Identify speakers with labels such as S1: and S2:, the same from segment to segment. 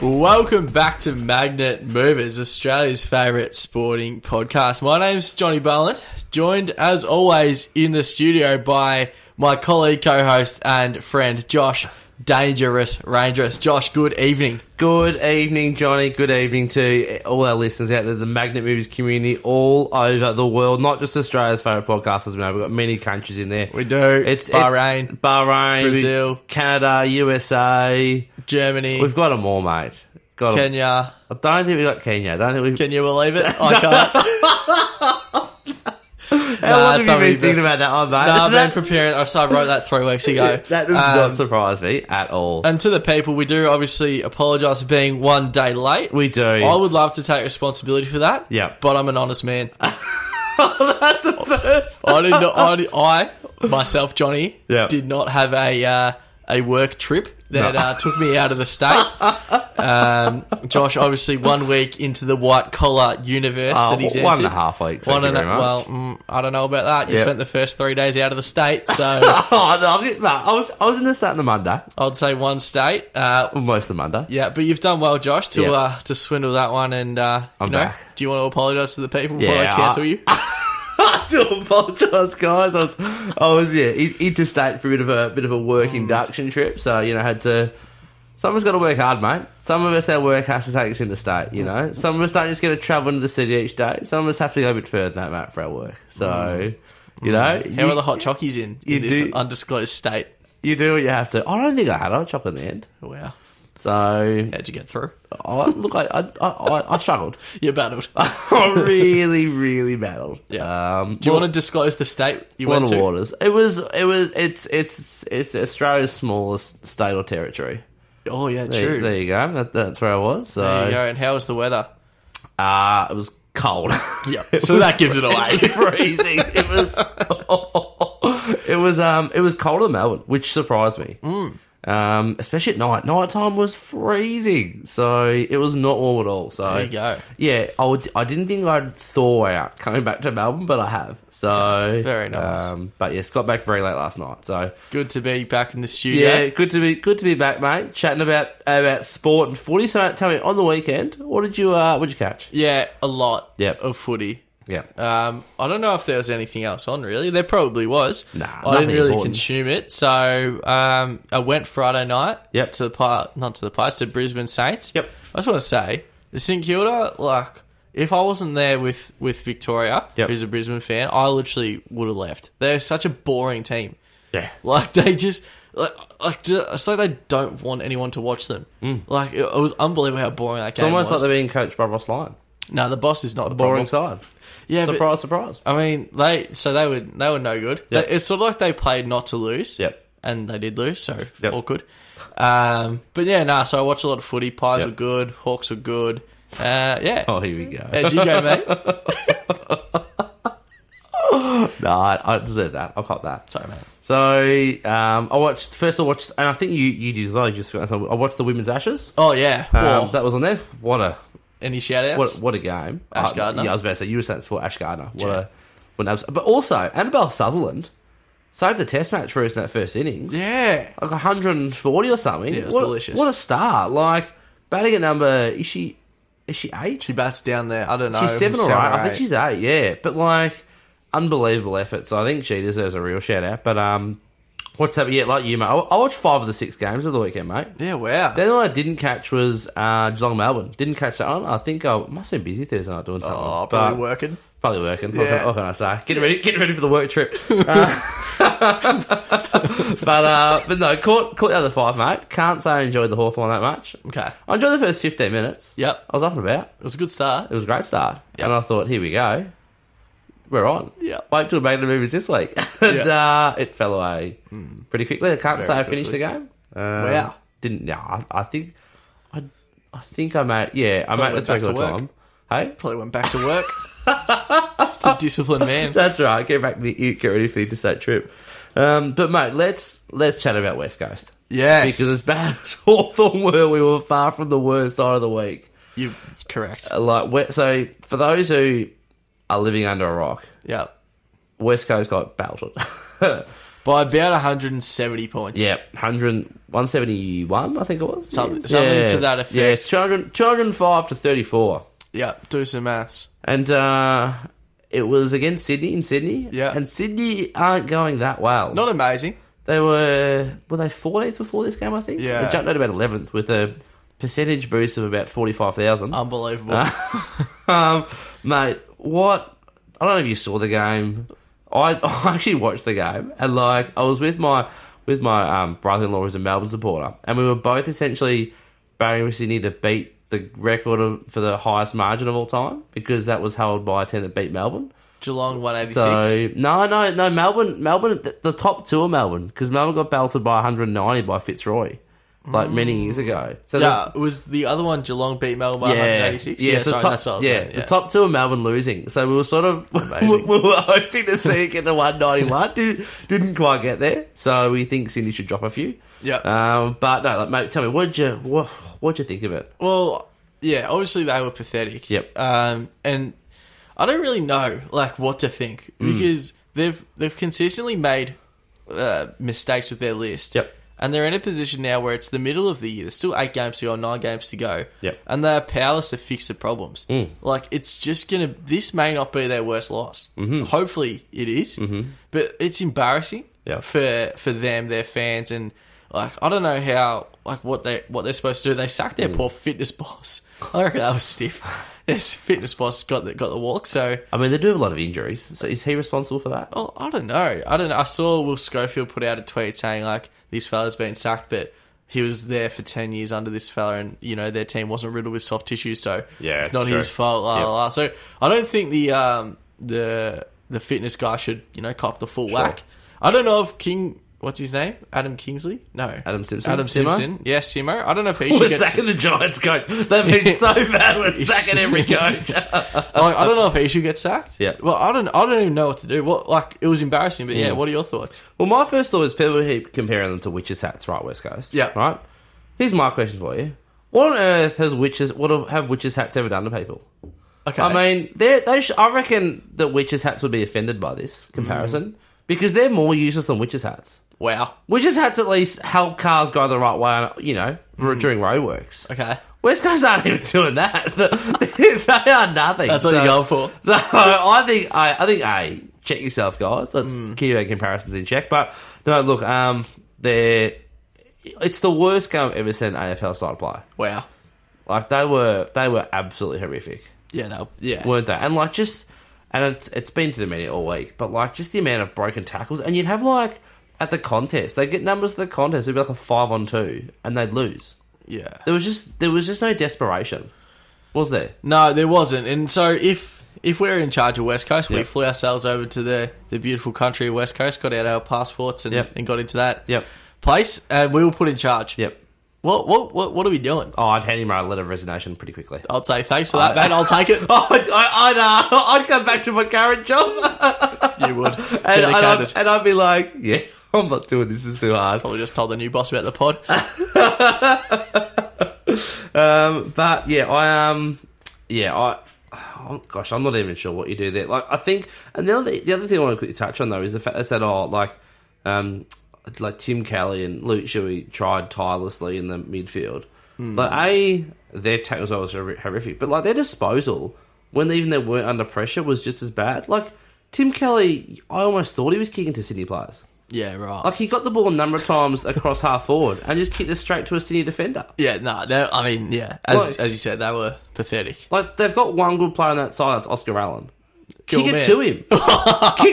S1: Welcome back to Magnet Movers, Australia's favourite sporting podcast. My name's Johnny Ballant, joined as always in the studio by my colleague, co host, and friend Josh Dangerous Rangerous. Josh, good evening.
S2: Good evening, Johnny. Good evening to all our listeners out there, the Magnet Movies community all over the world, not just Australia's favourite podcast, as we know. We've got many countries in there.
S1: We do.
S2: It's
S1: Bahrain,
S2: it- Bahrain,
S1: Brazil.
S2: Canada, USA.
S1: Germany,
S2: We've got them all, mate. Got 'em.
S1: Kenya.
S2: I don't think we got Kenya. I don't think we've.
S1: Can you believe it? I can't.
S2: How long
S1: some
S2: have you
S1: of
S2: been
S1: this-
S2: thinking about that one, mate?
S1: No, I've been
S2: that,
S1: preparing. I started wrote that three weeks ago.
S2: that does
S1: Um,
S2: not surprise me at all.
S1: And to the people, we do obviously apologise for being one day late.
S2: We do.
S1: I would love to take responsibility for that.
S2: Yeah. Oh,
S1: But I'm an honest man. I
S2: That's a first.
S1: did not. I, did- I myself, Johnny,
S2: Yeah.
S1: did not have a uh, a work trip that
S2: No.
S1: uh, took me out of the state. um, Josh, obviously, one week into the white collar universe
S2: Oh,
S1: that he's
S2: one and
S1: entered.
S2: a half weeks.
S1: One
S2: Thank you
S1: and a-
S2: very much.
S1: well, mm, I don't know about that. You
S2: Yeah.
S1: spent the first three days out of the state, so
S2: Oh, no, I, mate, I was I was in the sat on the Monday,
S1: I'd say one state. Uh,
S2: almost the Monday.
S1: Yeah, but you've done well, Josh, to
S2: Yeah.
S1: uh, to swindle that one. And uh,
S2: I'm
S1: you know,
S2: back.
S1: do you want to apologise to the people before
S2: Yeah,
S1: they cancel
S2: I-
S1: you?
S2: I do apologise, guys. I was, I was yeah, in- interstate for a bit of a bit of a work
S1: Mm.
S2: induction trip, so you know had to. Someone's got to work hard, mate. Some of us, our work has to take us interstate. You know,
S1: Mm.
S2: some of us don't just get to travel into the city each day. Some of us have to go a bit further than that, mate, for our work. So, you know,
S1: How
S2: you,
S1: Mm. are the hot chockies in,
S2: you
S1: in this
S2: do-
S1: undisclosed state? Oh,
S2: you do what you have to. I don't think I had a chop in the end.
S1: Wow,
S2: So,
S1: how'd you get through?
S2: I, look, I, I, I, I- I struggled.
S1: You battled.
S2: Uh, I really, really battled.
S1: Yeah.
S2: Um,
S1: do you
S2: well-
S1: want to disclose the state you
S2: One
S1: went
S2: of
S1: to?
S2: waters. It was. It was. It's. It's. It's Australia's smallest state or territory.
S1: Oh yeah,
S2: There,
S1: true. There,
S2: there you go. That, that's where I was. So
S1: you go. And how was the weather?
S2: Uh, it was cold.
S1: Yeah, so that gives it away.
S2: It was freezing. It was. it was. Um. It was colder than Melbourne, which surprised me.
S1: Mm.
S2: Um. Especially at night. Night time was freezing. So it was not warm at all. So
S1: There you go.
S2: Yeah. I, would, I didn't think I'd thaw out coming back to Melbourne, but I have. So
S1: Very nice.
S2: Um, but yes, got back very late last night. So
S1: Good to be back in the studio.
S2: yeah, good to be good to be back, mate. Chatting about about sport and footy. So tell me, on the weekend, what did you uh, what did you catch? Uh,
S1: Yeah, a lot
S2: Yep.
S1: of footy.
S2: Yeah,
S1: Um, I don't know if there was anything else on really. There probably was.
S2: Nah,
S1: I
S2: nothing
S1: didn't really
S2: important.
S1: consume it. So um, I went Friday night.
S2: Yep.
S1: To the pi not to the Pies, to Brisbane Saints.
S2: Yep.
S1: I just want to say, St Kilda, like, if I wasn't there with with Victoria,
S2: Yep.
S1: who's a Brisbane fan, I literally would have left. They're such a boring team.
S2: yeah.
S1: Like they just like like ju- it's like they don't want anyone to watch them. Like it, it was unbelievable how boring that
S2: Mm. It's
S1: game
S2: almost
S1: was.
S2: like they're being coached by Ross Lyon.
S1: no, the boss is not the
S2: Boring
S1: problem.
S2: side.
S1: Yeah, but-
S2: surprise, surprise.
S1: I mean, they so they were they were no good.
S2: Yep.
S1: They- It's sort of like they played not to lose.
S2: Yep.
S1: And they did lose, so
S2: Yep.
S1: all good. Um, but yeah, nah. So I watched a lot of footy. Pies
S2: Yep.
S1: were good. Hawks were good. Uh, yeah.
S2: Oh, here we go.
S1: How'd you go, mate?
S2: nah, I, I deserve that. I'll pop that.
S1: Sorry, mate.
S2: So um, I watched first. I watched, and I think you you did as well. You just I watched the women's ashes.
S1: Oh yeah.
S2: Um,
S1: Whoa.
S2: that was on there. What a
S1: Any shout outs?
S2: What, what a game.
S1: Ash
S2: Uh,
S1: Gardner.
S2: yeah, I was about to say, you were saying it's for Ash Gardner. What
S1: Yeah.
S2: a, what an abs- but also, Annabelle Sutherland saved the test match for us in that first innings.
S1: yeah.
S2: Like 140 or something.
S1: Yeah, it was
S2: what,
S1: delicious.
S2: What a start. Like, batting at number, is she is she eight?
S1: She bats down there. I don't know.
S2: she's seven or eight. I think she's eight, yeah. But, like, unbelievable effort. So I think she deserves a real shout out. But, um, what's up? Yeah, like you, mate. I, I watched five of the six games of the weekend, mate.
S1: Yeah. Wow.
S2: The only one I didn't catch was uh, Geelong Melbourne. Didn't catch that one. I think I must have been busy Thursday night doing something.
S1: oh,
S2: but-
S1: probably working.
S2: Probably working. What,
S1: Yeah.
S2: can, what can I say? Getting ready, getting ready for the work trip. Uh, but uh, but no, caught caught the other five, mate. Can't say I enjoyed the Hawthorn that much.
S1: Okay.
S2: I enjoyed the first fifteen minutes.
S1: Yep.
S2: I was up and about.
S1: It was a good start.
S2: It was a great start,
S1: Yep.
S2: and I thought, here we go, we're on.
S1: Yeah.
S2: Wait till Magna movies this week, and uh, it fell away pretty quickly. I can't
S1: Hmm. Very
S2: say I finished
S1: quickly.
S2: the game. Um,
S1: Wow.
S2: Didn't? No, I, I think I, I think I made. Yeah, I made
S1: went back
S2: it back
S1: to
S2: to
S1: work.
S2: time. Hey.
S1: Probably went back to work. just a disciplined man.
S2: That's right. Get back to the get ready for the interstate trip. Um, but mate, let's let's chat about West Coast
S1: Yes.
S2: because as bad as Hawthorn were, we were far from the worst side of the week.
S1: you correct.
S2: Uh, Like we- so, for those who are living under a rock,
S1: Yep.
S2: West Coast got belted.
S1: by about 170 points.
S2: Yeah, 100, 171, I think it was.
S1: Something-
S2: Yeah.
S1: something to that
S2: Yeah,
S1: effect.
S2: 200, 205 to 34.
S1: Yeah, do some maths.
S2: And uh, it was against Sydney in Sydney.
S1: Yeah.
S2: And Sydney aren't going that well.
S1: Not amazing.
S2: They were, were they 14th before this game, I think?
S1: Yeah.
S2: They jumped out about 11th with a percentage boost of about 45,000.
S1: Oh. Unbelievable.
S2: Ah. um, mate, what? I don't know if you saw the game. I, I actually watched the game, and like I was with my with my um, brother-in-law who's a Melbourne supporter, and we were both essentially barring with Sydney to beat the record of, for the highest margin of all time because that was held by a team that beat Melbourne.
S1: Geelong 186.
S2: So no, no, no. Melbourne, Melbourne, the, the top two of Melbourne because Melbourne got belted by 190 by Fitzroy like many years ago. So the-
S1: Mm. yeah, it was the other one Geelong beat Melbourne by 186. Yeah,
S2: so
S1: sorry,
S2: the top,
S1: that's what I was
S2: yeah,
S1: saying,
S2: the top two are Melbourne losing. So we were sort of we,
S1: Amazing.
S2: we were hoping to see it get to 191. Did, didn't quite get there. So we think Sydney should drop a few.
S1: Yeah.
S2: Um, but no, like, mate, tell me, what'd you what, what'd you think of it?
S1: Well, yeah, obviously they were pathetic.
S2: Yep.
S1: Um, and I don't really know like what to think
S2: Mm.
S1: because they've they've consistently made uh, mistakes with their list.
S2: Yep.
S1: And they're in a position now where it's the middle of the year. There's still eight games to go, nine games to go.
S2: Yep.
S1: And they are powerless to fix the problems. Like it's just gonna. This may not be their worst loss. Mm-hmm. Hopefully it Mm-hmm. But it's embarrassing
S2: Yeah.
S1: for for them, their fans, and like I don't know how like what they what they're supposed to do. They sacked their poor fitness boss. I reckon that was stiff. This fitness boss got the, got the walk. So
S2: I mean, they do have a lot of injuries. So is he responsible for that?
S1: oh, I don't know. I don't. know. I saw Will Schofield put out a tweet saying like this fella's been sacked, but he was there for ten years under this fella, and you know their team wasn't riddled with soft tissue, so
S2: Yeah,
S1: it's not
S2: it's true.
S1: his fault. La,
S2: Yep.
S1: la, la. So I don't think the um the the fitness guy should you know cop the full
S2: Sure.
S1: whack. I don't know if King. What's his name? Adam Kingsley? No.
S2: Adam Simpson?
S1: Adam
S2: Simmo?
S1: Simpson. Yeah, Simo. I don't know if he should
S2: We're
S1: get.
S2: sacking the Giants coach. They've been so bad. We're sacking every coach.
S1: like, I don't know if he should get sacked.
S2: Yeah.
S1: Well, I don't. I don't even know what to do. What like it was embarrassing, but yeah.
S2: Mm.
S1: What are your thoughts?
S2: Well, my first thought is people keep comparing them to witches' hats, right, West Coast?
S1: Yeah.
S2: Right? Here's my question for you. What on earth has witches, what have- have witches' hats ever done to people?
S1: Okay.
S2: I mean, they're, they sh- I reckon that witches' hats would be offended by this comparison because they're more useless than witches' hats.
S1: wow.
S2: Witches' hats at least help cars go the right way, you know, during roadworks.
S1: Okay.
S2: West Coast aren't even doing that. they are nothing.
S1: That's what
S2: So-
S1: you're going for.
S2: so I think I, I think a check yourself, guys. Let's
S1: Hmm.
S2: keep our comparisons in check. But no, look, um, they're it's the worst game I've ever seen an AFL side play.
S1: Wow.
S2: Like they were they were absolutely horrific,
S1: Yeah. That, yeah.
S2: weren't they? And like just and it's it's been to the media all week, but like just the amount of broken tackles, and you'd have like at the contest they get numbers at the contest, it'd be like a five on two, and they'd lose.
S1: yeah.
S2: There was just there was just no desperation, was there?
S1: No, there wasn't. And so if if we're in charge of West Coast, we
S2: Yep.
S1: flew ourselves over to the the beautiful country of West Coast, got out our passports, and,
S2: Yep.
S1: and got into that
S2: Yep.
S1: place, and we were put in charge.
S2: Yep.
S1: What what what what are we doing?
S2: Oh, I'd hand him a letter of resignation pretty quickly.
S1: I'll say thanks for that, man. I'll take it.
S2: Oh, I'd, I'd, uh, I'd come back to my current job,
S1: you would.
S2: and, and, I'd,
S1: Dedicated.
S2: and I'd be like, "Yeah, I'm not doing this. This is too hard."
S1: Probably just told the new boss about the pod.
S2: Um, but yeah, I um, yeah, I. Oh, gosh, I'm not even sure what you do there. Like, I think, and the other the other thing I want to quickly touch on though is the fact they said, "Oh, like, um, it's like Tim Kelly and Luke Shuey tried tirelessly in the midfield." But a their tackles were also horri- horrific, but like their disposal when even they weren't under pressure was just as bad. Like Tim Kelly, I almost thought he was kicking to Sydney players.
S1: yeah. Right.
S2: Like he got the ball a number of times across half forward and just kicked it straight to a Sydney defender.
S1: yeah. No. No. I mean, yeah. As
S2: Like-
S1: as you said, they were pathetic.
S2: Like they've got one good player on that side. That's Oscar Allen.
S1: Your
S2: kick
S1: man.
S2: it to him. kick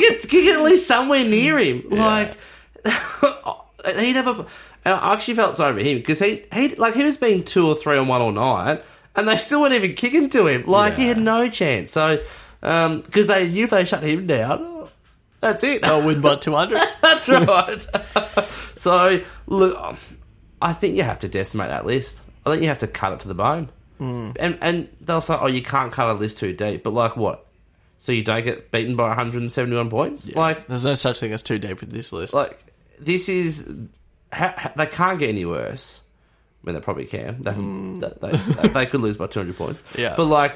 S2: it. Kick it at least somewhere near him. Like he'd have a. And I actually felt sorry for him because he he like he was being two or three on one all night, and they still weren't even kicking to him. Like he
S1: Yeah.
S2: had no chance. So because they knew if they shut him down, that's it.
S1: I'll win by two hundred.
S2: That's right. so look, um, I think you have to decimate that list. I think you have to cut it to the bone. Mm. And and they'll say, oh, you can't cut a list too deep. But like what? So you don't get beaten by 171 points? Like
S1: There's no such thing as too deep with this list.
S2: like this is ha, ha, they can't get any worse. I mean, they probably can. They, can they, they, they could lose by 200 points.
S1: Yeah.
S2: But like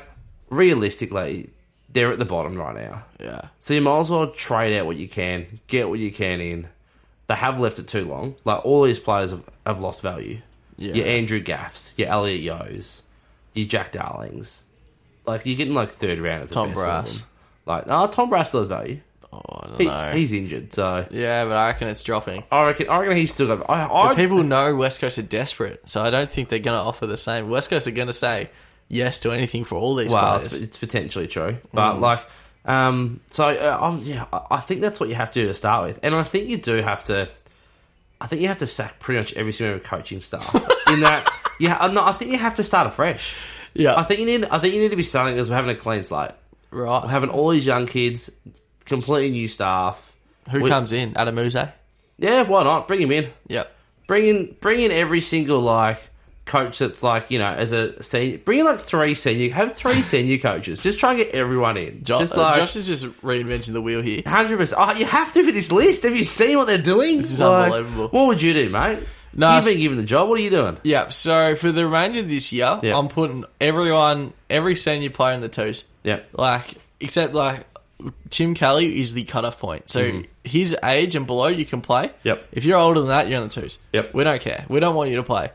S2: realistically, they're at the bottom right now.
S1: yeah.
S2: So you might as well trade out what you can, get what you can in, They have left it too long. Like all these players have, have lost value.
S1: Yeah.
S2: Your Andrew Gaffs, your Elliot Yos, your Jack Darlings. Like you're getting like third round as
S1: Tom
S2: the best of
S1: Brass.
S2: them. Like no, Tom Brass still has value.
S1: Oh, I don't
S2: He,
S1: know.
S2: He's injured, so
S1: yeah, but I reckon it's dropping.
S2: I reckon I reckon he's still got. I, I,
S1: But people know West Coast are desperate, so I don't think they're going to offer the same. West Coast are going to say yes to anything for all these
S2: well, it's,
S1: players.
S2: it's potentially true, but like, um, so uh, um, yeah, I- I think that's what you have to do to start with, and I think you do have to. I think you have to sack pretty much every single coaching staff in that. Yeah, uh, no, I think you have to start afresh.
S1: yeah,
S2: I think you need. I think you need to be starting because we're having a clean slate. We're
S1: right.
S2: having all these young kids, completely new staff.
S1: Who
S2: we-
S1: comes in? Adamuse?
S2: Yeah, why not? Bring him in.
S1: Yep.
S2: Bring in. Bring in every single like coach that's like you know as a senior. Bring in like three senior. Have three senior coaches. Just try and get everyone in.
S1: Jo-
S2: just
S1: uh,
S2: like
S1: Josh is just reinventing the wheel here.
S2: Hundred percent. Oh, you have to for this list. Have you seen what they're doing? This
S1: is unbelievable.
S2: What would you do, mate?
S1: No,
S2: You've
S1: s-
S2: been given the job. What are you doing?
S1: Yep. So for the remainder of this year,
S2: Yep.
S1: I'm putting everyone, every senior player in the twos.
S2: Yeah,
S1: Like, except like Tim Kelly is the cutoff point. So his age and below, you can play.
S2: Mm-hmm. Yep.
S1: If you're older than that, you're in the twos.
S2: Yep. Mm-hmm.
S1: We don't care. We don't want you to play.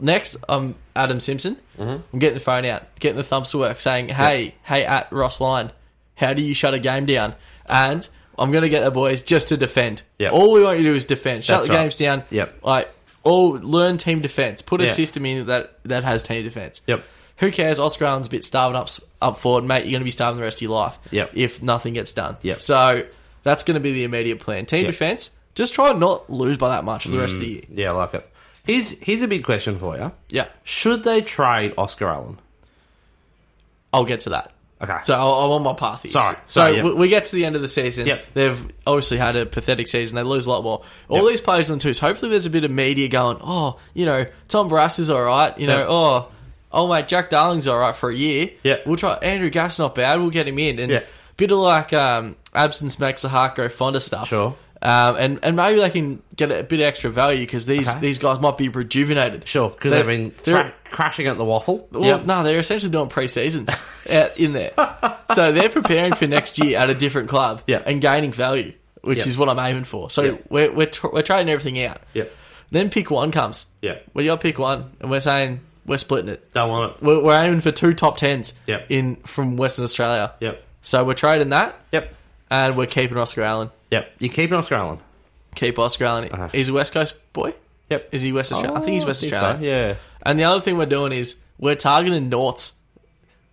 S1: Next, I'm Adam Simpson. I'm getting the phone out, getting the thumbs to work, saying, "Hey, hey, at Ross Line, how do you shut a game down?" And I'm going to get the boys just to defend.
S2: Yep.
S1: All we want you to do is defend. Shut
S2: That's
S1: the
S2: right.
S1: games down.
S2: Yep.
S1: Like, all learn team defense. Put a
S2: Yeah.
S1: system in that that has team defense.
S2: Yep.
S1: Who cares? Oscar Allen's a bit starving up up forward, mate. You're going to be starving the rest of your life.
S2: Yep.
S1: If nothing gets done.
S2: Yep.
S1: So that's going to be the immediate plan. Team
S2: Yep. Mm.
S1: defense. Just try and not lose by that much for the rest of the year.
S2: yeah, I like it. Here's here's a big question for you.
S1: Yeah.
S2: Should they trade Oscar Allen?
S1: I'll get to that.
S2: Okay.
S1: So I'll, I'm on my path here.
S2: Sorry.
S1: So
S2: Sorry, yeah.
S1: we, we get to the end of the season.
S2: Yep.
S1: They've obviously had a pathetic season. They lose a lot more. All
S2: Yep.
S1: these players in the twos. Hopefully, there's a bit of media going. Oh, you know, Tom Brass is all right. You know,
S2: Yep.
S1: oh, oh mate, Jack Darling's all right for a year.
S2: Yep.
S1: We'll try Andrew Gaff's not bad. We'll get him in and
S2: Yep.
S1: bit of like um, absence makes the heart grow fonder stuff.
S2: Sure.
S1: Um, and and maybe they can get a bit of extra value because these
S2: Okay.
S1: these guys might be rejuvenated.
S2: sure, because
S1: They-
S2: they, have been
S1: they're-
S2: thra- crashing at the waffle.
S1: well, no, they're essentially doing pre-seasons out in there. So they're preparing for next year at a different club
S2: Yeah.
S1: and gaining value, which
S2: Yeah.
S1: is what I'm aiming for. So
S2: Yeah.
S1: we're, we're, tr- we're trading everything out.
S2: Yeah.
S1: Then pick one comes.
S2: Yeah.
S1: Well, you got pick one, and we're saying we're splitting it.
S2: Don't want it.
S1: We're, we're aiming for two top tens
S2: Yeah.
S1: in from Western Australia.
S2: Yep.
S1: So we're trading that,
S2: Yep.
S1: and we're keeping Oscar Allen.
S2: Yep. You're keeping Oscar Allen.
S1: Keep Oscar Allen.
S2: Uh-huh.
S1: He's a West Coast boy.
S2: Yep.
S1: Is he West Australia? Ah, I think he's West
S2: so,
S1: Australia.
S2: Yeah.
S1: And the other thing we're doing is we're targeting Norts.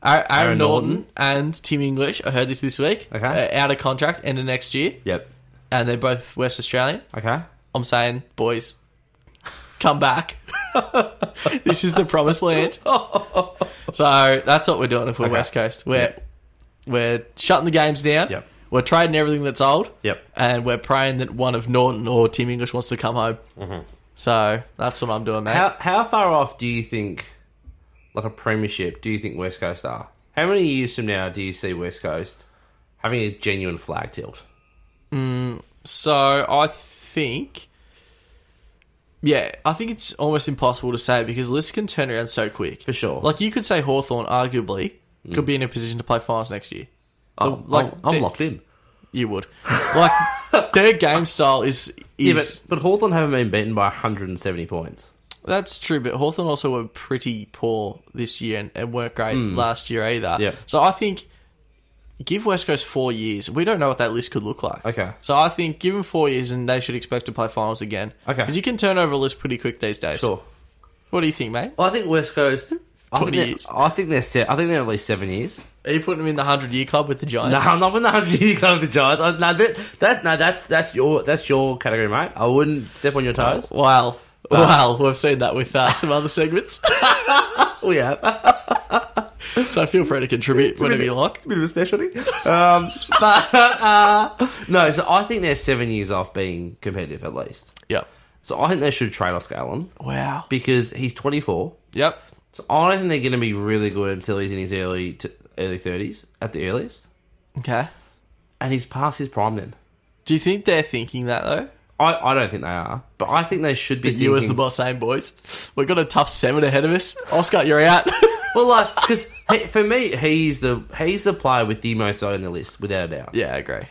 S1: Aaron, Aaron
S2: Aaron
S1: Norton,
S2: Norton.
S1: and Tim English, I heard this this week,
S2: Okay.
S1: are out of contract end of next year,
S2: Yep.
S1: and they're both West Australian.
S2: Okay.
S1: I'm saying, boys, come back. this is the promised land. so that's what we're doing if we're
S2: Okay.
S1: West Coast. We're we're shutting the games down.
S2: Yep.
S1: We're trading everything that's old.
S2: Yep.
S1: And we're praying that one of Norton or Tim English wants to come home.
S2: Mm-hmm.
S1: So that's what I'm doing, mate.
S2: How how far off do you think, like a premiership, do you think West Coast are? How many years from now do you see West Coast having a genuine flag tilt?
S1: So I think, yeah, I think it's almost impossible to say because lists can turn around so quick.
S2: For sure.
S1: Like you could say Hawthorn, arguably, could be in a position to play finals next year.
S2: I'm,
S1: like,
S2: Oh, I'm
S1: the-
S2: locked in.
S1: You would. Like their game style is
S2: Yeah,
S1: is
S2: but, but Hawthorn haven't been beaten by 170 points.
S1: that's true. But Hawthorn also were pretty poor this year and, and weren't great last year either.
S2: Hmm. Yeah.
S1: So I think. Give West Coast four years. We don't know what that list could look like.
S2: Okay.
S1: So I think give them four years and they should expect to play finals again.
S2: Okay.
S1: Because you can turn over a list pretty quick these days.
S2: Sure.
S1: What do you think, mate?
S2: Well, I think West Coast. I
S1: 20
S2: think, they're,
S1: years.
S2: I think they're set. I think they're at least seven years.
S1: Are you putting him in the hundred year club with the
S2: No,
S1: Giants?
S2: I'm not in the hundred year club with the Giants. I, no, that, that no, that's that's your that's your category, mate. I wouldn't step on your toes.
S1: Wow. Wow, we've seen that with uh, some other segments,
S2: Oh yeah,
S1: so feel free to contribute whenever you like.
S2: It's a bit of a specialty. Um, but uh, no, so I think they're seven years off being competitive at least.
S1: Yep.
S2: So I think they should trade Oscar Allen
S1: Wow.
S2: because he's 24.
S1: Yep.
S2: So I don't think they're going to be really good until he's in his early t- early 30s at the earliest,
S1: Okay.
S2: and he's past his prime then.
S1: Do you think they're thinking that though?
S2: I, I don't think they are, but I think they should be.
S1: You as
S2: thinking-
S1: the boss, saying boys, we've got a tough seven ahead of us. Oscar, you're out.
S2: Well, like because for me, he's the he's the player with the most value on the list without a doubt.
S1: yeah, I agree.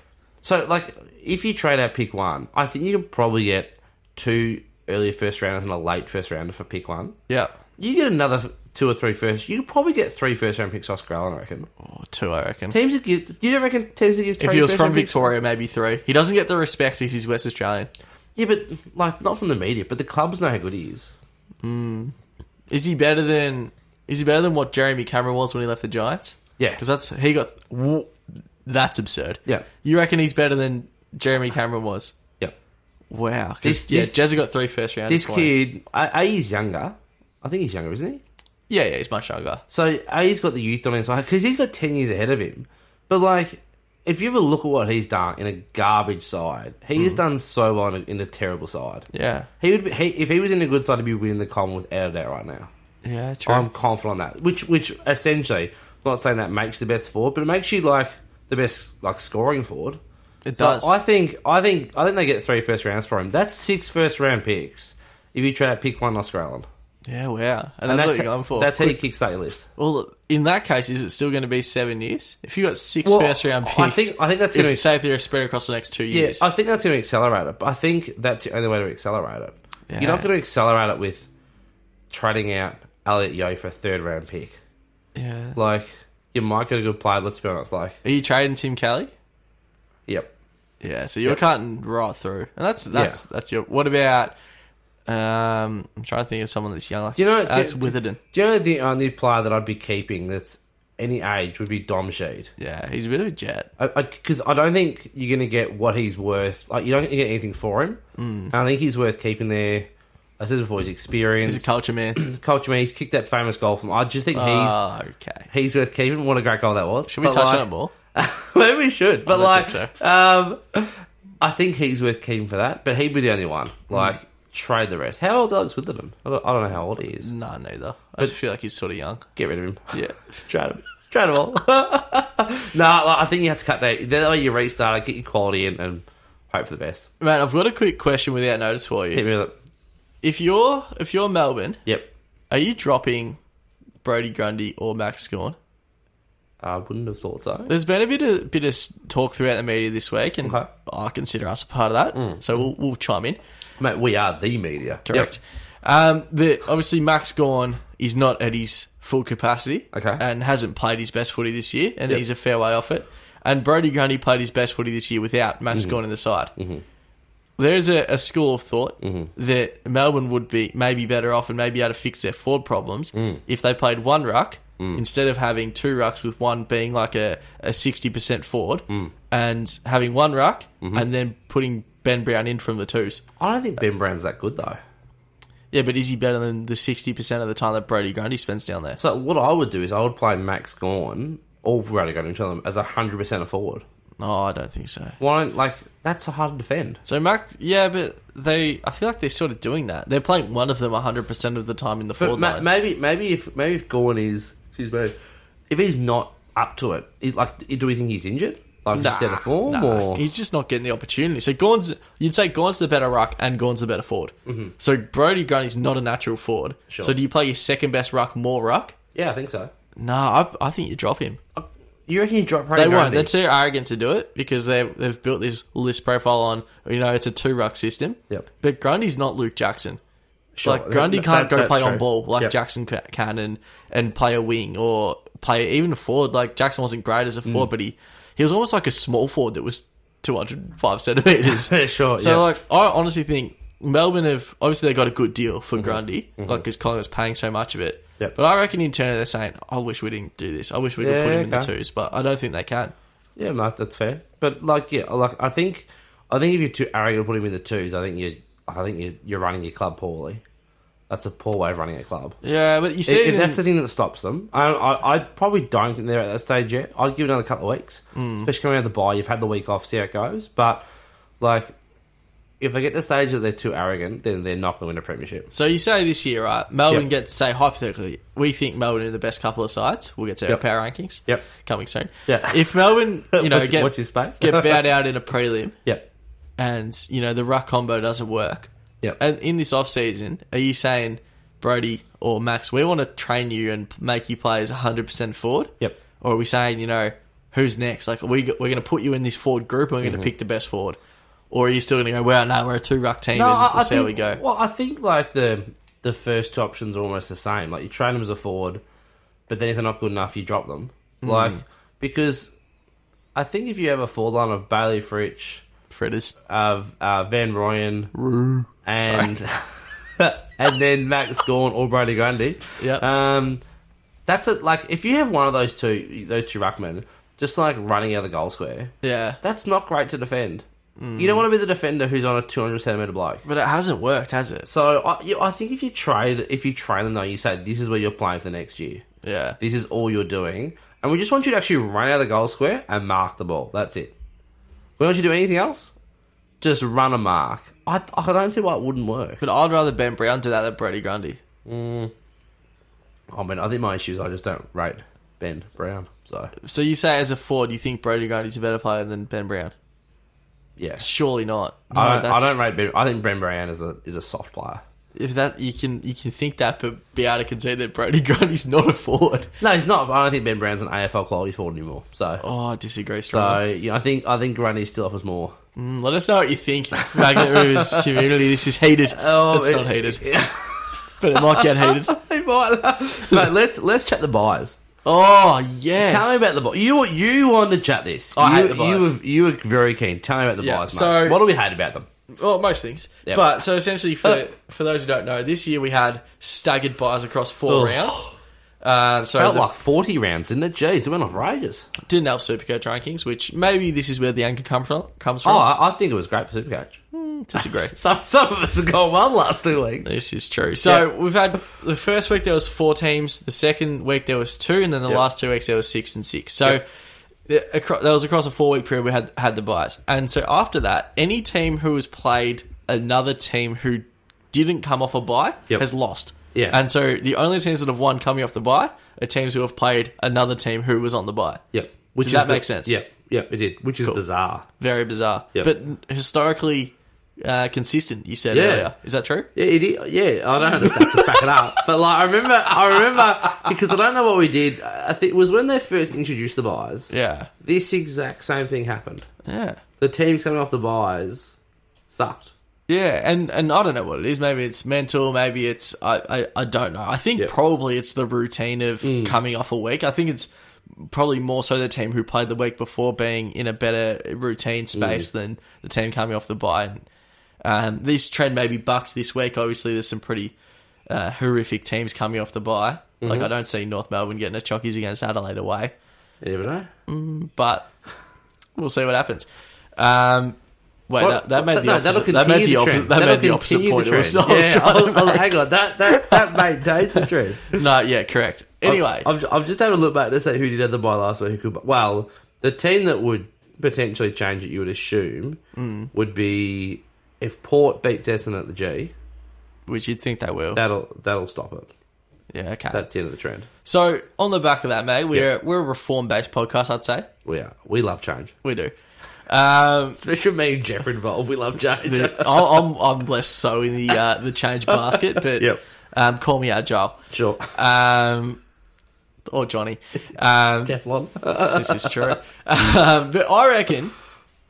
S2: So, like, if you trade out pick one, I think you can probably get two early first rounders and a late first rounder for pick one.
S1: Yeah.
S2: You get another f- two or three first. You could probably get three first round picks, Oscar Allen, I reckon.
S1: Oh, two, I reckon.
S2: Teams that give. You don't reckon teams that give three
S1: If he was
S2: first
S1: from
S2: round picks?
S1: Victoria, maybe three. He doesn't get the respect because he's West Australian.
S2: Yeah, but, like, not from the media, but the clubs know how good he is.
S1: Is he better than? Is he better than what Jeremy Cameron was when he left the Giants?
S2: Yeah.
S1: Because that's he got. w- That's absurd.
S2: Yeah.
S1: You reckon he's better than Jeremy Cameron was?
S2: Yeah.
S1: Wow. 'Cause,
S2: This-
S1: yeah,
S2: this-
S1: Jezza got three first round.
S2: This kid, A, A, he's younger. I think he's younger, isn't he?
S1: Yeah, yeah, he's much younger.
S2: So A's got the youth on his side because he's got ten years ahead of him. But like, if you ever look at what he's done in a garbage side, he
S1: Mm.
S2: has done so well in a, in a terrible side.
S1: Yeah.
S2: He would be, he, if he was in a good side, he'd be winning the Common without a doubt right now.
S1: Yeah, true.
S2: I'm confident on that. Which which essentially, I'm not saying that makes the best forward, but it makes you like the best like scoring forward.
S1: it
S2: So
S1: does.
S2: I think I think I think they get three first rounds for him. That's six first round picks. If you try to pick one Oscar Allen,
S1: yeah, wow. And, that's, what you're going for.
S2: That's how you kickstart your list.
S1: Well, in that case, is it still going to be seven years? If you got six
S2: Well,
S1: round picks,
S2: I think- I think that's gonna
S1: if
S2: be-
S1: say they're spread across the next two
S2: Yeah,
S1: years.
S2: I think that's going to accelerate it. But I think that's the only way to accelerate it.
S1: Yeah.
S2: You're not going to accelerate it with trading out Elliot Yo for a third round pick.
S1: yeah.
S2: Like you might get a good player. Let's be honest. Like,
S1: Are you trading Tim Kelly?
S2: yep,
S1: Yeah, so you're cutting right through, and that's that's
S2: Yeah.
S1: that's your. What about? Um, I'm trying to think of someone that's young. Like,
S2: You know,
S1: uh, it's
S2: d-
S1: Witherden.
S2: do you know the only player that I'd be keeping that's any age would be Dom Sheed?
S1: Yeah, he's a bit of a jet.
S2: Because I, don't think you're going to get what he's worth. Like you don't get anything for him. Mm. I think he's worth keeping there. I said before, his experience,
S1: He's a culture man.
S2: culture man. He's kicked that famous goal from. I just think
S1: oh, okay.
S2: he's he's worth keeping. What a great goal that was!
S1: Should we
S2: But,
S1: touch
S2: like,
S1: on it more?
S2: Maybe we should, but
S1: don't
S2: like,
S1: think
S2: um, I think he's worth keeping for that. But he'd be the only one.
S1: Mm.
S2: Like, trade the rest. How old's Alex Witherden? I don't, I don't know how old he is.
S1: Nah, neither. I just feel like he's sort of young.
S2: Get rid of him.
S1: Yeah.
S2: trade him. Trade him all. no, like, I think you have to cut that. That way you restart, get your quality in, and hope for the best.
S1: Man, I've got a quick question without notice for you.
S2: Hit me with it.
S1: If you're if you're Melbourne,
S2: Yep.
S1: are you dropping Brody Grundy or Max Scorn?
S2: I wouldn't have thought so.
S1: There's been a bit of bit of s- talk throughout the media this week, and
S2: Okay.
S1: I consider us a part of that. So we'll, we'll chime in.
S2: Mate, we are the media.
S1: Correct. Um, the, obviously, Max Gorn is not at his full capacity
S2: Okay.
S1: and hasn't played his best footy this year, and
S2: Yep.
S1: he's a fair way off it. And Brody Grundy played his best footy this year without Max
S2: Mm-hmm.
S1: Gorn in the side. There's a, a school of thought
S2: Mm-hmm.
S1: that Melbourne would be maybe better off and maybe able to fix their forward problems
S2: Mm.
S1: if they played one ruck instead of having two rucks with one being like a, a 60% forward
S2: Mm.
S1: and having one ruck
S2: Mm-hmm.
S1: and then putting Ben Brown in from the twos.
S2: I don't think Ben Brown's that good, though.
S1: Yeah, but is he better than the sixty percent of the time that Brody Grundy spends down there?
S2: So, what I would do is I would play Max Gorn or Radigan each other as 100% a forward.
S1: No, I don't think so.
S2: Why don't, like, that's so hard to defend.
S1: So Mac, yeah, but they, I feel like they're sort of doing that. They're playing one of them hundred percent of the time in the
S2: But
S1: forward
S2: ma-
S1: line.
S2: maybe, maybe if maybe if Gorn is, excuse me, if he's not up to it, is, like, do we think he's injured? Like,
S1: Nah,
S2: he's out of form,
S1: nah,
S2: or
S1: he's just not getting the opportunity. So Gorn's, you'd say Gorn's the better ruck and Gorn's the better forward. Mm-hmm. So Brody Grundy's not a natural forward.
S2: Sure.
S1: So do you play your second best ruck more ruck?
S2: yeah, I think so.
S1: No, I, I think you drop him.
S2: Uh, You reckon you drop? Brady
S1: They won't.
S2: Grundy?
S1: They're too arrogant to do it because they they've built this list profile on you know it's a two ruck system.
S2: Yep.
S1: But Grundy's not Luke Jackson.
S2: Sure,
S1: Like Grundy
S2: that-
S1: can't
S2: that-
S1: go
S2: that's
S1: play on
S2: true.
S1: ball like
S2: Yep.
S1: Jackson ca- can and and play a wing or play even a forward. Like Jackson wasn't great as a
S2: Mm.
S1: forward, but he he was almost like a small forward that was two hundred five centimeters.
S2: sure.
S1: So
S2: yeah.
S1: like, I honestly think Melbourne have obviously they got a good deal for Grundy, like because Colin was paying so much of it.
S2: Mm-hmm. Yep.
S1: But I reckon in turn they're saying, "I wish we didn't do this. I wish we could
S2: Yeah,
S1: put him in the
S2: okay.
S1: twos, but I don't think they can.
S2: Yeah, no, that's fair. But like, yeah, like I think, I think if you're too arrogant to put him in the twos, I think you, I think you, you're running your club poorly. That's a poor way of running a club.
S1: Yeah, but you see,
S2: If,
S1: it
S2: if
S1: in-
S2: that's the thing that stops them, I, I, I probably don't think they're at that stage yet. I'd give it another couple of weeks,
S1: Hmm.
S2: especially coming out of the bye. You've had the week off, see how it goes. But like, if they get to the stage that they're too arrogant, then they're not going to win a premiership.
S1: so you say this year, right? Melbourne
S2: Yep.
S1: get say hypothetically, we think Melbourne are the best couple of sides. We'll get to
S2: Yep.
S1: our power rankings.
S2: Yep.
S1: coming soon.
S2: Yeah.
S1: if Melbourne, you know,
S2: Watch-
S1: get
S2: watch your space.
S1: get bowed out in a prelim,
S2: Yep.
S1: and you know the ruck combo doesn't work.
S2: Yep.
S1: And in this off season, are you saying Brody or Max, we want to train you and make you play as 100% forward?
S2: Yep.
S1: Or are we saying, you know, who's next? Like, we, we're going to put you in this forward group and we're going
S2: Mm-hmm.
S1: to pick the best forward. Or are you still going to go, wow, no, we're a two ruck team
S2: No,
S1: and
S2: I, I
S1: that's
S2: think,
S1: how we go?
S2: Well, I think like the the first two options are almost the same. Like you train them as a forward, but then if they're not good enough, you drop them.
S1: Hmm.
S2: Like because I think if you have a forward line of Bailey Fritch,
S1: Fredders.
S2: of uh, Van Ryan, and and then Max Gorn or Brady Grundy.
S1: Yep.
S2: Um, that's it. Like if you have one of those two, those two ruckmen, just like running out of the goal square,
S1: Yeah.
S2: that's not great to defend. You don't want to be the defender who's on a 200 centimeter bloke.
S1: But it hasn't worked, has it?
S2: So I, you, I think if you trade, if you train them though, you say this is where you're playing for the next year.
S1: Yeah.
S2: This is all you're doing, and we just want you to actually run out of the goal square and mark the ball. That's it. We don't want you to do anything else. Just run a mark. I, I don't see why it wouldn't work.
S1: But I'd rather Ben Brown do that than Brady Grundy.
S2: I mean, Oh, I think my issue is I just don't rate Ben Brown. So
S1: So you say as a forward, you think Brady Grundy's a better player than Ben Brown?
S2: yeah,
S1: Surely not. No,
S2: I, don't, I
S1: that's-
S2: don't rate Ben. I think Ben Brown is a is a soft player.
S1: If that you can you can think that, but be able to concede that Brady Grundy's not a forward.
S2: No, he's not. But I don't think Ben Brown's an AFL quality forward anymore. So
S1: Oh, I disagree
S2: so
S1: strongly.
S2: yeah, I think I think Grundy still offers more.
S1: Mm, let us know what you think, Magnet Rivers community. This is heated.
S2: Oh,
S1: it's
S2: it-
S1: not heated, but it might get heated.
S2: They might. but let's let's chat the buys.
S1: Oh yes.
S2: Tell me about the buys. You you wanted to chat this.
S1: I
S2: you,
S1: hate the
S2: You
S1: buys.
S2: were, you were very keen. Tell me about the
S1: Yeah,
S2: buys, mate.
S1: so-
S2: what do we hate about them?
S1: well, most things.
S2: Yep.
S1: But so essentially, for
S2: Uh.
S1: for those who don't know, this year we had staggered buys across four
S2: Ugh.
S1: rounds. Um, so
S2: Felt
S1: the-
S2: like forty rounds, didn't it? Jeez, it went off rages.
S1: didn't help Supercoach rankings, which maybe this is where the anchor come from, comes
S2: Oh,
S1: from.
S2: I, I think it was great for Supercoach.
S1: Disagree.
S2: Some some of us have gone well last two weeks.
S1: This is true. So we've had the first week there was four teams, the second week there was two, and then the
S2: Yep.
S1: last two weeks there was six and six. So the, acro- that was across a four week period we had had the buys, and so after that, any team who has played another team who didn't come off a buy
S2: Yep.
S1: has lost.
S2: Yeah.
S1: and so the only teams that have won coming off the buy are teams who have played another team who was on the buy.
S2: Yep. Which
S1: Did
S2: is
S1: that make sense?
S2: Yep. Yep. It did. Which is bizarre.
S1: Very bizarre,
S2: Yep.
S1: but historically uh, consistent. You said
S2: Yeah.
S1: earlier, is that true?
S2: Yeah, it is. Yeah, I don't have the stats to back it up, but like I remember, I remember because I don't know what we did. I think it was when they first introduced the buys.
S1: Yeah,
S2: This exact same thing happened.
S1: yeah.
S2: The teams coming off the buys sucked.
S1: Yeah, and, and I don't know what it is. Maybe it's mental. Maybe it's I, I, I don't know. I think
S2: Yep.
S1: probably it's the routine of coming off a week. I think it's probably more so the team who played the week before being in a better routine space than the team coming off the bye. And, um, this trend may be bucked this week. Obviously, there's some pretty uh, horrific teams coming off the bye. Like I don't see North Melbourne getting a chockies against Adelaide away
S2: You never know.
S1: but we'll see what happens. Um, wait,
S2: Well,
S1: that, that made
S2: th-
S1: the
S2: no,
S1: opposite.
S2: that'll
S1: That made
S2: continue
S1: the
S2: the
S1: opposite.
S2: trend.
S1: That made
S2: That'll
S1: the opposite
S2: continue
S1: point.
S2: the
S1: it was-
S2: trend.
S1: I was
S2: Yeah,
S1: trying to
S2: I'll- I'll-
S1: make.
S2: hang on, that that that maintains the trend.
S1: No, yeah, correct. Anyway,
S2: I've, I've just had a look back to say who did have the buy last week. Who could? Well, the team that would potentially change it, you would assume,
S1: Hmm.
S2: would be if Port beats Essendon at the G.
S1: which you'd think they will.
S2: That'll that'll stop it.
S1: yeah, okay.
S2: That's the end of the trend.
S1: so on the back of that, mate, we're we're a reform based podcast. I'd say
S2: We are. We love change,
S1: we do. Um,
S2: especially me and Jeff involved. We love change.
S1: the- I'm I'm- I'm less so in the uh, the change basket, but
S2: Yep.
S1: um, call me agile
S2: sure,
S1: um, or Johnny. Um,
S2: Teflon.
S1: this is true. um, but I reckon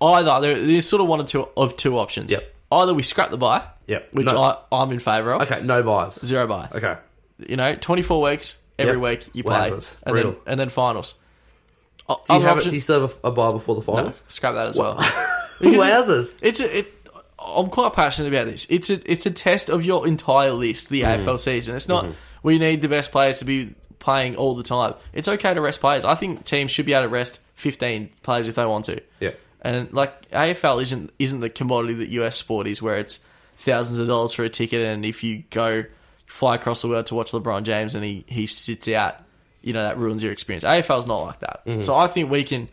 S1: either there, there's sort of one or two of two options.
S2: Yep.
S1: Either we scrap the buy.
S2: Yep.
S1: Which
S2: No.
S1: I, I'm in favour of.
S2: okay, no buys.
S1: Zero buy.
S2: Okay,
S1: You know, 24 weeks every
S2: Yep.
S1: week you play,
S2: Wowzers.
S1: and then
S2: Brutal.
S1: and then finals. O-
S2: do you,
S1: other
S2: have it,
S1: option-
S2: do you still have a, a buy before the
S1: no,
S2: finals?
S1: scrap that as well. Because it-
S2: Wowzers!
S1: It's a, it. I'm quite passionate about this. It's a it's a test of your entire list. The AFL season. It's not we need the best players to be playing all the time. It's okay to rest players. I think teams should be able to rest 15 players if they want to.
S2: Yeah.
S1: And like AFL isn't isn't the commodity that US sport is, where it's thousands of dollars for a ticket, and if you go fly across the world to watch LeBron James and he he sits out, you know that ruins your experience. AFL's not like that,
S2: Mm-hmm.
S1: so I think we can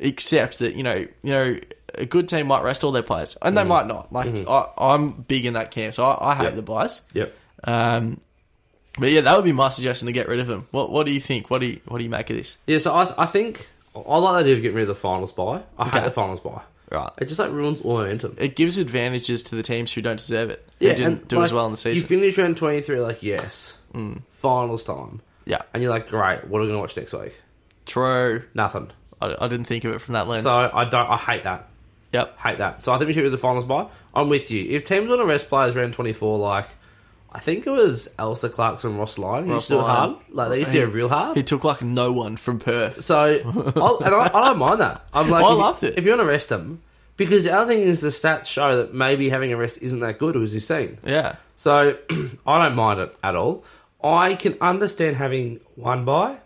S1: accept that you know you know a good team might rest all their players, and they
S2: Mm-hmm.
S1: might not. Like I, I'm big in that camp, so I, I hate
S2: Yep.
S1: the buys.
S2: Yep.
S1: Um, but yeah, that would be my suggestion to get rid of them. What what do you think? What do you what do you make of this?
S2: Yeah, so I, I think I like the idea of getting rid of the finals buy. I
S1: Okay.
S2: hate the finals buy.
S1: Right.
S2: It just like ruins all momentum.
S1: It gives advantages to the teams who don't deserve it. who didn't
S2: and,
S1: do as
S2: like,
S1: well in the season. Hmm.
S2: You finish round twenty three, like yes, mm. finals time,
S1: Yeah.
S2: and you're like, great. What are we gonna watch next week?
S1: True.
S2: Nothing.
S1: I, I didn't think of it from that lens.
S2: So I don't. I hate that.
S1: yep.
S2: Hate that. So I think we should do the finals by. I'm with you. If teams want to rest players round 24, like I think it was Elsa Clarkson, Ross Lyon, who
S1: Ross
S2: used to do it
S1: Lyon.
S2: hard. Like they used to do it real hard.
S1: He took like no one from Perth.
S2: So I'll, and I, I don't mind that. I'm like,
S1: I
S2: if you-
S1: loved it.
S2: If you want to rest them, because the other thing is the stats show that maybe having a rest isn't that good, as you've seen.
S1: Yeah.
S2: So I don't mind it at all. I can understand having one bye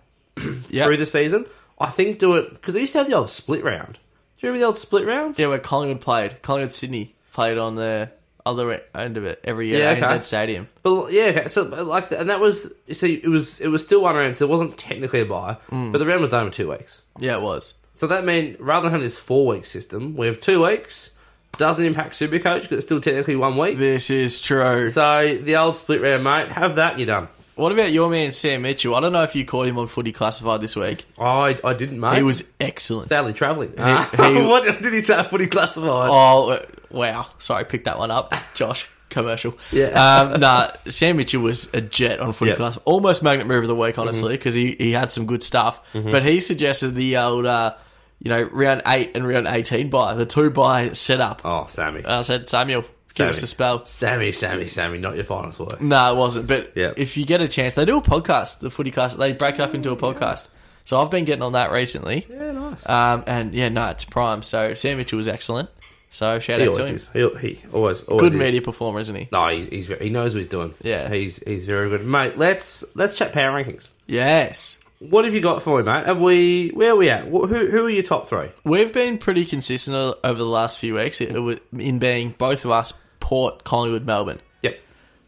S1: Yeah.
S2: through the season. I think do it because they used to have the old split round. Do you remember the old split round?
S1: Yeah, where Collingwood played. Collingwood Sydney played on the other e- end of it every year
S2: Yeah,
S1: at
S2: okay.
S1: ANZ Stadium.
S2: But yeah, okay, so but like, and that was so it was it was still one round, so it wasn't technically a bye,
S1: Mm.
S2: but the round was done over two weeks.
S1: Yeah, it was.
S2: So that means rather than having this four week system, we have two weeks. Doesn't impact Supercoach because it's still technically one week.
S1: This is true.
S2: So the old split round, mate, have that, you're done.
S1: what about your man Sam Mitchell? I don't know if you caught him on Footy Classified this week.
S2: I, I didn't, mate.
S1: He was excellent.
S2: sadly travelling. Ah,
S1: he-
S2: what did he say? What he classified?
S1: Oh uh, wow! Sorry, picked that one up, Josh. Commercial.
S2: Yeah.
S1: Um, nah, Sam Mitchell was a jet on footy
S2: Yeah.
S1: class. Almost magnet move of the week, honestly,
S2: Mm-hmm.
S1: because he, he had some good stuff. But he suggested the old, uh, you know, round eight and round eighteen buy the two buy setup.
S2: Oh, Sammy.
S1: I said Samuel, give
S2: Sammy.
S1: us a spell.
S2: Sammy, Sammy, Sammy, not your finals work.
S1: No, it wasn't. But
S2: Yeah.
S1: if you get a chance, they do a podcast, the footy class. They break it up into a podcast. So I've been getting on that recently.
S2: Yeah, nice.
S1: Um, and yeah, no, it's prime. So Sam Mitchell was excellent. So shout
S2: he
S1: out to
S2: always
S1: him.
S2: is. He, he always, always
S1: Good
S2: is.
S1: media performer, isn't he?
S2: No, he, he's very, he knows what he's doing.
S1: Yeah.
S2: he's he's very good, mate. Let's let's chat power rankings.
S1: Yes.
S2: What have you got for me, mate? Have we? Where are we at? Wh- Who who are your top three?
S1: We've been pretty consistent o- over the last few weeks i- with- in being both of us Port, Collingwood, Melbourne.
S2: Yep.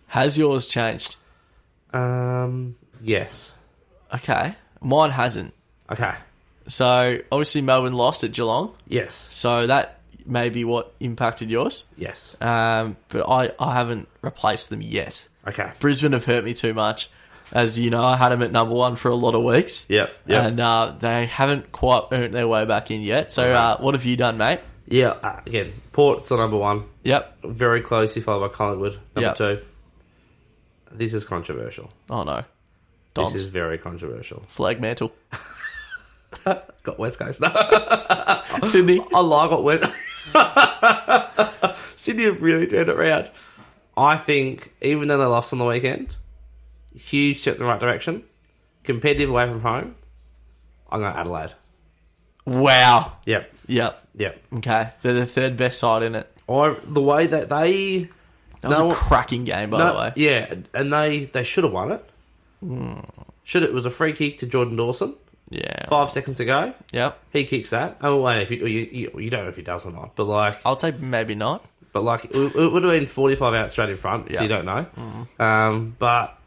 S1: Has yours changed?
S2: Um. Yes.
S1: Okay. Mine hasn't.
S2: Okay.
S1: So obviously Melbourne lost at Geelong,
S2: Yes.
S1: so that may be what impacted yours.
S2: Yes.
S1: Um, but I, I haven't replaced them yet.
S2: Okay.
S1: Brisbane have hurt me too much. As you know, I had them at number one for a lot of weeks.
S2: Yep, yep.
S1: And uh, they haven't quite earned their way back in yet. So uh, what have you done, mate?
S2: Yeah. Uh, again, Port's the number one.
S1: Yep.
S2: Very closely followed by Collingwood. Number
S1: Yep.
S2: two. This is controversial.
S1: Oh, no. Dons.
S2: This is very controversial.
S1: Flag mantle.
S2: Got West Coast. I
S1: Sydney.
S2: like what West. Sydney have really turned it around. I think even though they lost on the weekend, huge step in the right direction. Competitive away from home. I'm going Adelaide.
S1: Wow.
S2: Yep.
S1: Yep.
S2: Yep.
S1: Okay. They're the third best side in it.
S2: Or the way that they
S1: That was
S2: No-
S1: a cracking game, by the
S2: No,
S1: way. Hmm.
S2: Yeah, and they they should have won it. Should it was a free kick to Jordan Dawson
S1: Yeah.
S2: five seconds ago.
S1: Yep.
S2: He kicks that. Oh wait, if you, you you you don't know if he does or not, but like
S1: I'll say maybe not.
S2: but like it, it would have been forty five out straight in front.
S1: Yeah. Hmm.
S2: So you don't know. Um, but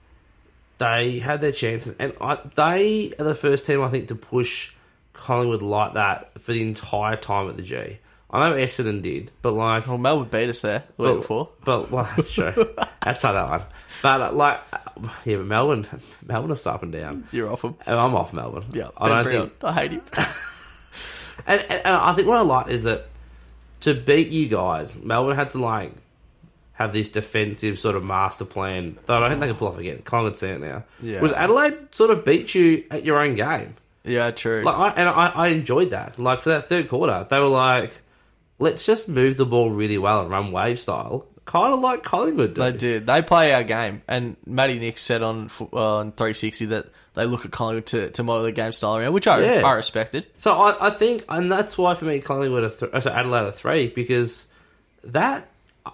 S2: they had their chances, and I, they are the first team I think to push Collingwood like that for the entire time at the G. I know Essendon did, but like
S1: Well, Melbourne beat us there the
S2: Oh.
S1: week before.
S2: But well, that's true. that's how that one. But uh, like, uh, yeah, but Melbourne, Melbourne is up and down.
S1: You're off them.
S2: And I'm off Melbourne.
S1: Yeah.
S2: I
S1: Ben
S2: don't
S1: Brown.
S2: think.
S1: I hate him.
S2: And, and, and I think what I like is that to beat you guys, Melbourne had to like have this defensive sort of master plan that I don't think they can pull off again. Collingwood see it now.
S1: Yeah.
S2: Was Adelaide sort of beat you at your own game?
S1: yeah, true.
S2: Like, I, and I, I enjoyed that. Like for that third quarter, they were like, "Let's just move the ball really well and run wave style." Kind of like Collingwood did.
S1: they did. They play our game. And Matty Nick said on fo- uh, on 360 that they look at Collingwood to, to model their game style around, which I,
S2: Yeah.
S1: I respected.
S2: So I, I think, and that's why for me, Collingwood are th- uh, sorry, Adelaide are three because that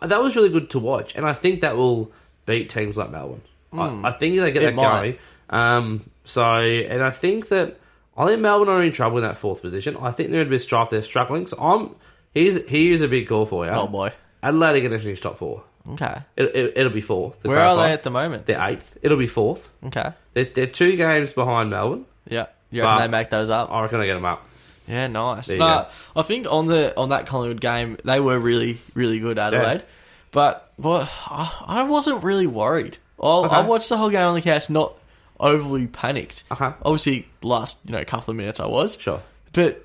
S2: that was really good to watch, and I think that will beat teams like Melbourne. I, I think they get
S1: Hmm. It
S2: that
S1: might.
S2: going. Um, so, and I think that I think Melbourne are in trouble in that fourth position. I think they're in a bit of strife. They're struggling. So I'm here's here's a big call for you.
S1: Oh, boy.
S2: Adelaide are going to finish top four.
S1: Okay.
S2: It, it, it'll be fourth.
S1: Where are they at the moment?
S2: They're eighth. It'll be fourth.
S1: Okay.
S2: They're, they're two games behind Melbourne.
S1: Yeah. You reckon
S2: But-
S1: they make those up?
S2: I reckon they get them up.
S1: Yeah, nice.
S2: There you
S1: No, I think on the on that Collingwood game, they were really really good Adelaide,
S2: Yeah.
S1: but well, I, I wasn't really worried. I, I watched the whole game on the couch, not overly panicked.
S2: Uh-huh.
S1: Obviously, last you know couple of minutes I was
S2: Sure.
S1: but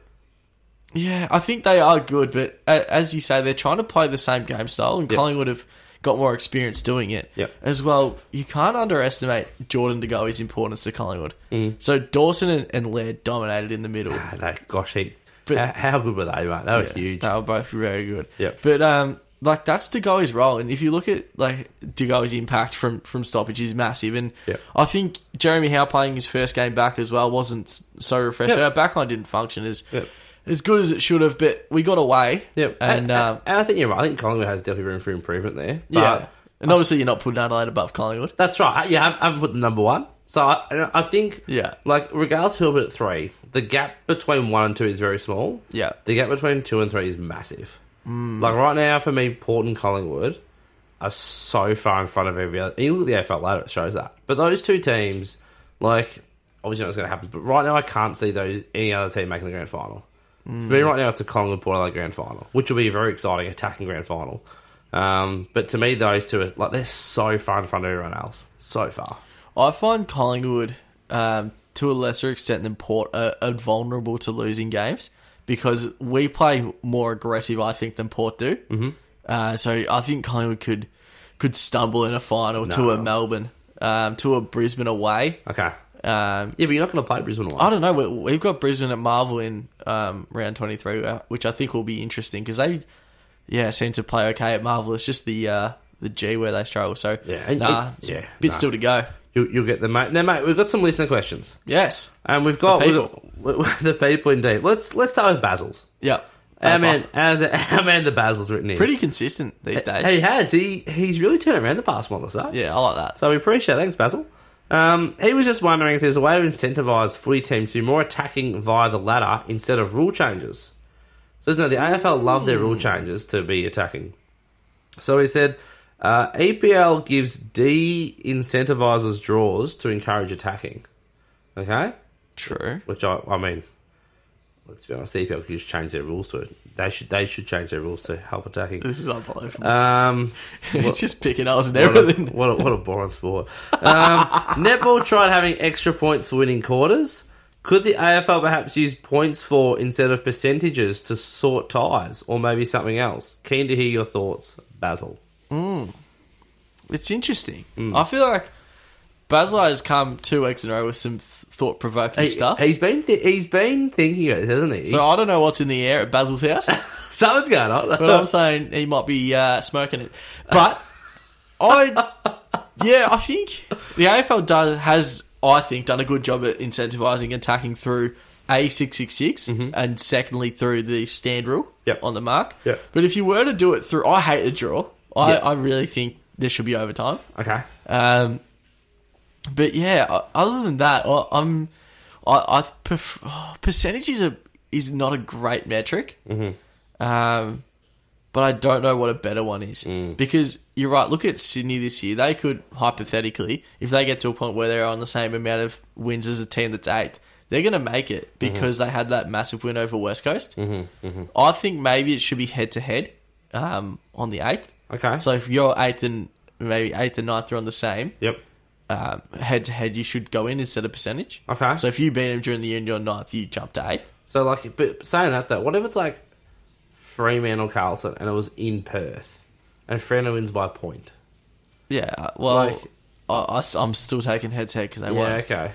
S1: yeah, I think they are good. But a- as you say, they're trying to play the same game style, and
S2: Yeah.
S1: Collingwood have got more experience doing it.
S2: Yep.
S1: As well, you can't underestimate Jordan De Goey's importance to Collingwood.
S2: Mm.
S1: So Dawson and, and Laird dominated in the middle.
S2: I know, gosh, he,
S1: But-
S2: how, how good were they, mate? They were huge.
S1: They were both very good.
S2: Yep.
S1: But um, like that's Degoe's role, and if you look at like Degoe's impact from from stoppage is massive, and
S2: Yep.
S1: I think Jeremy Howe playing his first game back as well wasn't s- so refreshing.
S2: Yep.
S1: Our backline didn't function as
S2: Yep.
S1: as good as it should have, but we got away.
S2: Yep.
S1: And um,
S2: and I think you're right. I think Collingwood has definitely room for improvement there. But
S1: yeah, and obviously you're not putting Adelaide above Collingwood.
S2: That's right. I- Yeah, I've, I've put the number one. So I, and I think,
S1: Yeah.
S2: like regardless of who put it at three, the gap between one and two is very small.
S1: Yeah.
S2: the gap between two and three is massive.
S1: Mm.
S2: Like right now, for me, Port and Collingwood are so far in front of every other. And you look at the AFL ladder; it shows that. But those two teams, like obviously, not what's going to happen. But right now, I can't see those any other team making the grand final. For
S1: Mm.
S2: me, right now, it's a Collingwood Port Adelaide grand final, which will be a very exciting attacking grand final. Um, but to me, those two are like they're so far in front of everyone else, so far.
S1: I find Collingwood, um, to a lesser extent than Port, are, are vulnerable to losing games because we play more aggressive, I think, than Port do. Mm-hmm. Uh, so I think Collingwood could could stumble in a final to a
S2: No.
S1: Melbourne, um, to a Brisbane away.
S2: Okay,
S1: Um,
S2: yeah, but you're not going to play Brisbane. Away.
S1: I don't know. We, we've got Brisbane at Marvel in um, round twenty three, which I think will be interesting because they, yeah, seem to play okay at Marvel. It's just the uh, the G where they struggle. So
S2: Yeah, and-
S1: nah,
S2: and- yeah,
S1: bit
S2: nah.
S1: still to go.
S2: You, you'll get the mate. Now, mate, we've got some listener questions.
S1: Yes.
S2: And we've got
S1: The
S2: the
S1: people.
S2: people, the people indeed. Let's let's start with Basil's.
S1: Yep.
S2: Our man, our, our man, the Basil's written in.
S1: pretty consistent these days.
S2: He has. He he's really turned around the past month or so.
S1: Yeah, I like that.
S2: So we appreciate. it. Thanks, Basil. Um, he was just wondering if there's a way to incentivise footy teams to be more attacking via the ladder instead of rule changes. So no, the AFL love their rule changes to be attacking. So he said, uh, EPL gives de incentivizes draws to encourage attacking. Okay.
S1: True.
S2: Which I, I mean, let's be honest, the EPL could just change their rules to it. They should, they should change their rules to help attacking.
S1: This is unbelievable.
S2: Um,
S1: it's just picking us and
S2: what a,
S1: everything.
S2: what a, what a boring sport. Um, netball tried having extra points for winning quarters. Could the AFL perhaps use points for instead of percentages to sort ties, or maybe something else? Keen to hear your thoughts, Basil.
S1: It's interesting. I feel like Basler has come two weeks in a row with some thought provoking stuff.
S2: He's been th- he's been thinking about this, hasn't he?
S1: so I don't know what's in the air at Basil's house,
S2: Something's going on.
S1: but I'm saying he might be uh, smoking it. But I, yeah, I think the AFL does has I think done a good job at incentivizing attacking through a six six six and secondly through the stand rule
S2: Mm-hmm. Yep.
S1: on the mark.
S2: Yep.
S1: But if you were to do it through, I hate the draw. I,
S2: Yep.
S1: I really think there should be overtime.
S2: okay.
S1: Um, but yeah, o- other than that, I, I'm I, I pref- oh, percentage is a is not a great metric. Mm-hmm. Um, but I don't know what a better one is because you're right. Look at Sydney this year; they could hypothetically, if they get to a point where they're on the same amount of wins as a team that's eighth, they're going to make it because they had that massive win over West Coast. Mm-hmm. I think maybe it should be head to head um, on the eighth.
S2: Okay.
S1: So if you're eighth and maybe eighth and ninth are on the same
S2: Yep.
S1: um, head to head, you should go in instead of percentage.
S2: Okay.
S1: So if you beat him during the year and you're ninth, you jump to eighth.
S2: So, like, but saying that though, what if it's like Fremantle Carlton and it was in Perth and Fremantle wins by a point?
S1: Yeah. uh, Well,
S2: Like-
S1: I, am still taking head to head because they
S2: Yeah,
S1: won.
S2: okay.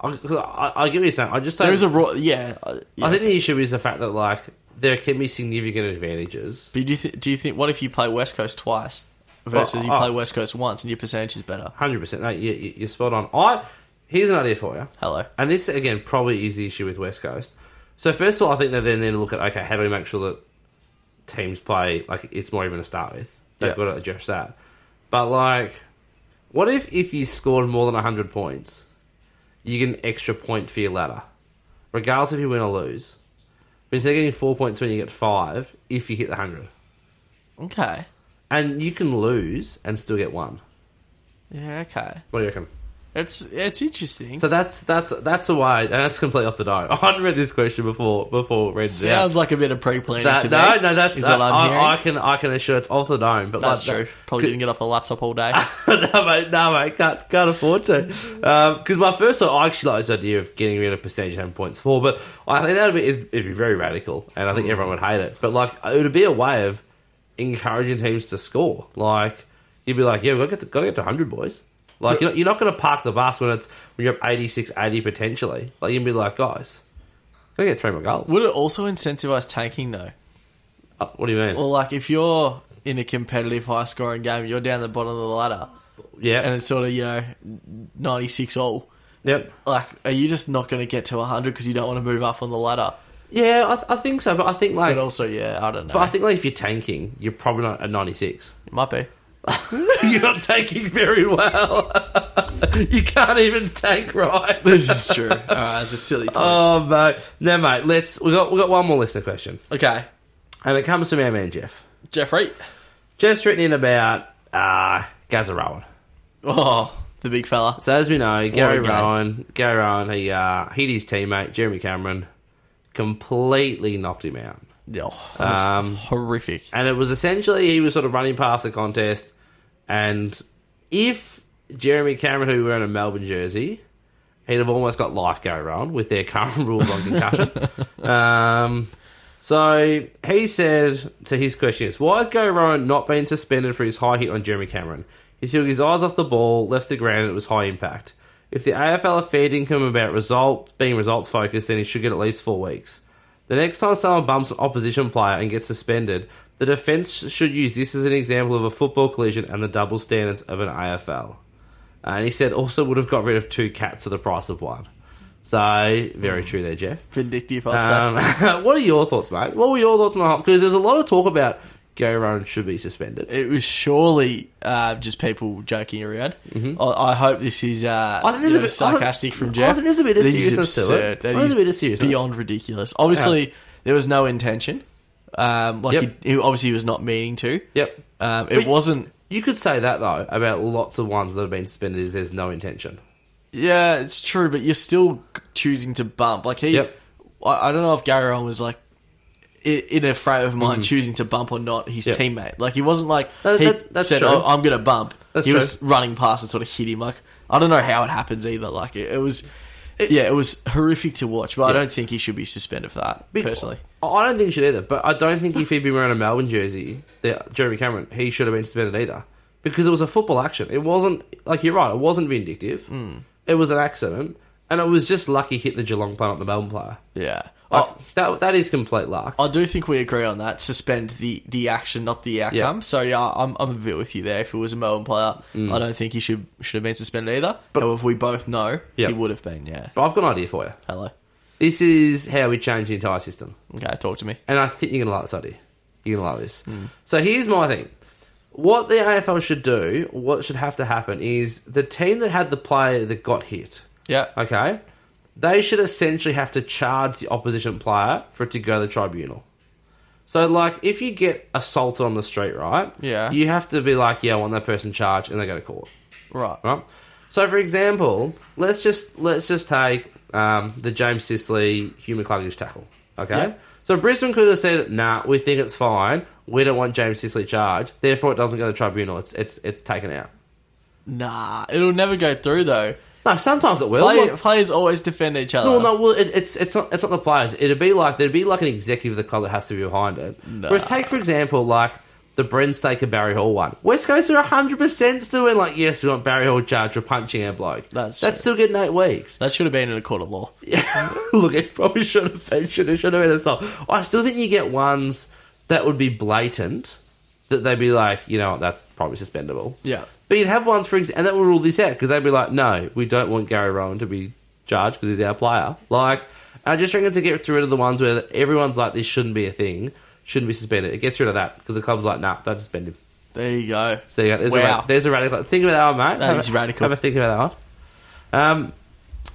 S2: I, 'cause I, I give you something. I just don't.
S1: There is a raw. Yeah. uh, yeah.
S2: I think the issue is the fact that like there can be significant advantages.
S1: But do you, th- do you think what if you play West Coast twice versus you
S2: Oh,
S1: play
S2: oh.
S1: West Coast once and your percentage is better?
S2: Hundred percent. No, you, you- you're spot on. I here's an idea for you.
S1: Hello.
S2: And this again probably is the issue with West Coast. So first of all, I think they then need to look at okay, how do we make sure that teams play like it's more even to start with? They've
S1: Yeah.
S2: got to address that. But like, what if if you scored more than hundred points, you get an extra point for your ladder, regardless if you win or lose. But instead of getting four points when you get five, if you hit the hundred,
S1: Okay.
S2: and you can lose and still get one.
S1: Yeah. Okay.
S2: What do you reckon?
S1: It's it's interesting.
S2: So that's that's that's a way, and that's completely off the dome. I hadn't read this question before before read it out.
S1: Sounds like a bit of pre-planning
S2: That-
S1: to
S2: no,
S1: me.
S2: no, that's
S1: is
S2: that,
S1: what I'm hearing.
S2: I, I can I can assure it's off the dome, but
S1: That's
S2: like,
S1: true.
S2: that-
S1: Probably didn't get off the laptop all day.
S2: no, mate, no, mate, can't, can't afford to. Because my first thought, I actually like this idea of getting rid of percentage and points for, but I think that would be it'd, it'd be very radical,
S1: Mm.
S2: and I think everyone would hate it. But like, it would be a way of encouraging teams to score. Like, you'd be like, yeah, we've got to get to, got to, get to 100, boys. Like, you're not, you're not going to park the bus when it's when you're up 86, 80 potentially. Like, you'd be like, guys, got to get three more goals.
S1: Would it also incentivize tanking though?
S2: Uh, What do you mean?
S1: Or like if you're in a competitive high scoring game, you're down the bottom of the ladder
S2: yeah.
S1: and it's sort of, you know, 96 all.
S2: yep.
S1: Like, are you just not going to get to 100 because you don't want to move up on the ladder?
S2: Yeah, I, th- I think so, but I think like,
S1: But also, yeah, I don't know.
S2: but I think like if you're tanking, you're probably not at 96.
S1: It might be.
S2: you're not tanking very well. you can't even tank right.
S1: This is true. All right, it's a silly point.
S2: Oh mate, no mate. Let's we got we got one more listener question,
S1: okay,
S2: and it comes from our man Jeff.
S1: Jeffrey.
S2: Jeff's written in about uh, Gazza Rowan.
S1: Oh, the big fella.
S2: So as we know, Gary
S1: a guy.
S2: Rowan, Gary Rowan, he uh, hit his teammate Jeremy Cameron, completely knocked him out.
S1: Yeah,
S2: Um,
S1: horrific.
S2: And it was essentially he was sort of running past the contest. And if Jeremy Cameron, who were in a Melbourne jersey, he'd have almost got life go around with their current rules on concussion. um, so he said to his question is why has Go Rowan not been suspended for his high hit on Jeremy Cameron? He took his eyes off the ball, left the ground, and it was high impact. If the AFL are fair income about results being results focused, then he should get at least four weeks. The next time someone bumps an opposition player and gets suspended, the defence should use this as an example of a football collision and the double standards of an AFL. And he said also would have got rid of two cats for the price of one. So very true there, Jeff.
S1: Vindictive, I'd say.
S2: Um, what are your thoughts, mate? What were your thoughts on the hop? Because there's a lot of talk about Gary Rowan should be suspended.
S1: It was surely uh, just people joking around. I, I hope this is uh,
S2: Mm-hmm. I think there's
S1: you
S2: a
S1: know,
S2: bit- I
S1: sarcastic
S2: think-
S1: from
S2: I
S1: Jeff.
S2: think there's a bit of
S1: That is
S2: seriousness to
S1: absurd.
S2: it.
S1: That
S2: I think there's
S1: is
S2: a bit of seriousness.
S1: beyond ridiculous. Obviously, there was no intention. Um, like
S2: Yep.
S1: he, he obviously was not meaning to.
S2: Yep.
S1: Um, it
S2: But-
S1: wasn't.
S2: You could say that though about lots of ones that have been suspended. Is there's no intention.
S1: Yeah, it's true, but you're still choosing to bump. Like he,
S2: Yep.
S1: I, I don't know if Gary Rowan was like i- in a frame of mind choosing to bump or not his
S2: Mm-hmm. Yep.
S1: teammate. Like he wasn't like
S2: That-
S1: he
S2: that- that's
S1: said,
S2: true.
S1: "Oh, I'm gonna bump."
S2: That's
S1: he
S2: true.
S1: was running past and sort of hit him. Like I don't know how it happens either. Like it, it was, yeah, it was horrific to watch. But I don't think he should be suspended for that personally.
S2: I- I don't think he should either. But I don't think if he'd been wearing a Melbourne jersey, the, Jeremy Cameron, he should have been suspended either because it was a football action. It wasn't like you're right. It wasn't vindictive. It was an accident, and it was just lucky he hit the Geelong player, not the Melbourne player.
S1: Yeah.
S2: Like,
S1: I-
S2: that that is complete luck.
S1: I do think we agree on that. Suspend the, the action, not the outcome. So yeah, I'm, I'm a bit with you there. If it was a Melbourne player,
S2: Mm.
S1: I don't think he should should have been suspended either. But if we both know,
S2: Yeah.
S1: he would have been. Yeah.
S2: But I've got an idea for you.
S1: Hello.
S2: This is how we change the entire system.
S1: Okay, talk to me.
S2: And I think you're going to like this idea. You're going to like this. So here's my thing. What the AFL should do, what should have to happen, is the team that had the player that got hit,
S1: Yeah.
S2: okay, they should essentially have to charge the opposition player for it to go to the tribunal. So, like, if you get assaulted on the street, right?
S1: Yeah.
S2: You have to be like, yeah, I want that person charged, and they go to court
S1: Right.
S2: right? So, for example, let's just let's just take um, the James Sisley human cluggage tackle. Okay,
S1: Yeah.
S2: so Brisbane could have said, "Nah, we think it's fine. We don't want James Sisley charged. Therefore, it doesn't go to the tribunal. It's it's it's taken out."
S1: Nah, it'll never go through though.
S2: No, sometimes it will.
S1: Play,
S2: Like-
S1: players always defend each other.
S2: well, no, well, it, it's it's not it's not the players. It'd be like there'd be like an executive of the club that has to be behind it. Whereas, take for example, like the Bren Staker Barry Hall one. West Coast are hundred percent still in. Like, yes, we want Barry Hall charged for punching our bloke.
S1: That's
S2: that's
S1: true.
S2: still getting eight weeks.
S1: That should have been in a court of law.
S2: Yeah, look, it probably should have been should have, should have been a song. Oh, I still think you get ones that would be blatant that they'd be like, you know, what, that's probably suspendable.
S1: Yeah.
S2: But you'd have ones for ex- and that would rule this out because they'd be like, no, we don't want Gary Rowan to be charged because he's our player. Like, I just reckon to get rid of the ones where everyone's like, this shouldn't be a thing, shouldn't be suspended. It gets rid of that because the club's like, nah, don't suspend him.
S1: There you go.
S2: So there you go. There's, a,
S1: Wow.
S2: ra- there's a radical. Think about that one, mate.
S1: That
S2: Have
S1: is
S2: a-
S1: radical.
S2: Have a think about that one. Um,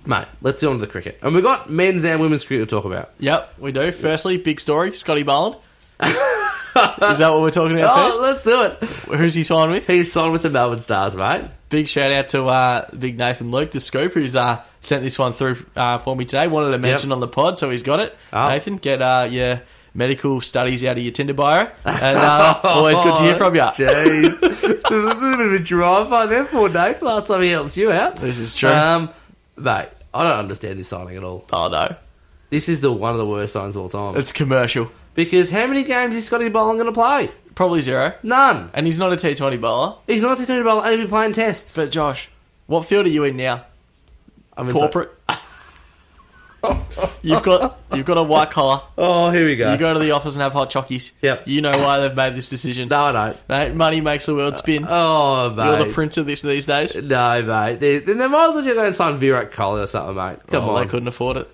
S2: mate, let's go on to the cricket. And we've got men's and women's cricket to talk about.
S1: Yep, we do. Firstly, big story, Scotty Barland. is that what we're talking about
S2: Oh,
S1: first?
S2: let's do it.
S1: Who's he signed with?
S2: He's signed with the Melbourne Stars, mate.
S1: Big shout out to uh, Big Nathan Luke, the scoop, who's uh, sent this one through uh, for me today. Wanted to mention on the pod, so he's got it.
S2: Ah.
S1: Nathan, get uh, your medical studies out of your Tinder bio. And uh, always good to hear from you.
S2: Jeez. There's a little bit of a drive by there for Nate. Last time he helps you out.
S1: This is true.
S2: Um, mate, I don't understand this signing at all.
S1: oh, no.
S2: This is the one of the worst signs of all time.
S1: It's commercial.
S2: Because how many games is Scotty Bolin going to play?
S1: Probably zero.
S2: None.
S1: And he's not a T20 bowler.
S2: He's not T20 bowler, and he'll be playing tests.
S1: But Josh, what field are you in now?
S2: I mean, it's
S1: Corporate. you've got you've got a white collar.
S2: like- oh, here we go.
S1: You go to the office and have hot chockies.
S2: Yep.
S1: You know why they've made this decision.
S2: no, I don't.
S1: Mate, money makes the world spin.
S2: Oh, mate.
S1: You're the prince of this these days.
S2: no, mate. They, then they might as well just go and sign Virat Kohli or something, mate. Come
S1: Oh,
S2: on.
S1: they couldn't afford it.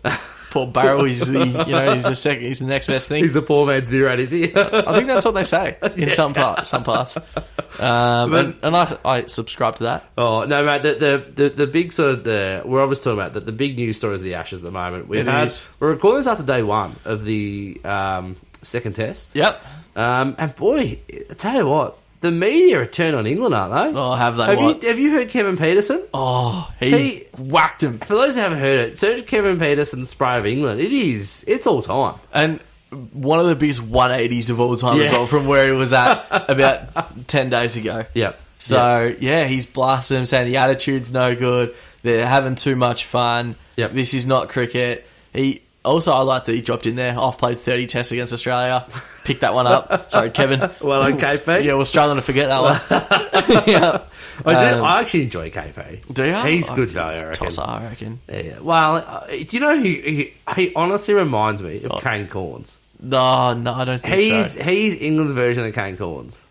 S1: Poor Barrow, he's the you know he's the second, he's the next best thing.
S2: He's the poor man's Virat, is he?
S1: I think that's what they say in some parts. Some parts, um, and, and I, I subscribe to that.
S2: Oh no, mate! The, the the the big sort of the we're obviously talking about the, the big news story is the Ashes at the moment. We've
S1: It
S2: had-
S1: is.
S2: we're recording this after day one of the um, second test.
S1: Yep.
S2: Um, and boy, I tell you what, the media are turned on England, aren't they?
S1: Oh, have they?
S2: have
S1: what?
S2: you have you heard Kevin Peterson?
S1: oh, he,
S2: He-
S1: whacked him,
S2: For those who haven't heard it, search Kevin Peterson spray of England. It is it's all time.
S1: and one of the biggest 180s of all time as
S2: Yeah.
S1: well from where he was at about 10 days ago.
S2: Yep.
S1: So yeah, he's blasting him, saying the attitude's no good. They're having too much fun.
S2: Yep.
S1: This is not cricket. He also I like that he dropped in there. I've played thirty tests against Australia. Picked that one up. Sorry, Kevin.
S2: Well done, KP.
S1: Yeah, we're struggling to forget that one. yeah.
S2: I, do,
S1: Um,
S2: I actually enjoy KP.
S1: do you?
S2: He's
S1: I-
S2: good though. I reckon.
S1: Tosser, I reckon.
S2: Yeah. Well, uh, do you know he, he he honestly reminds me of Kane Corns.
S1: No, no, I don't think
S2: He's
S1: Oh. so.
S2: he's England's version of Kane Corns.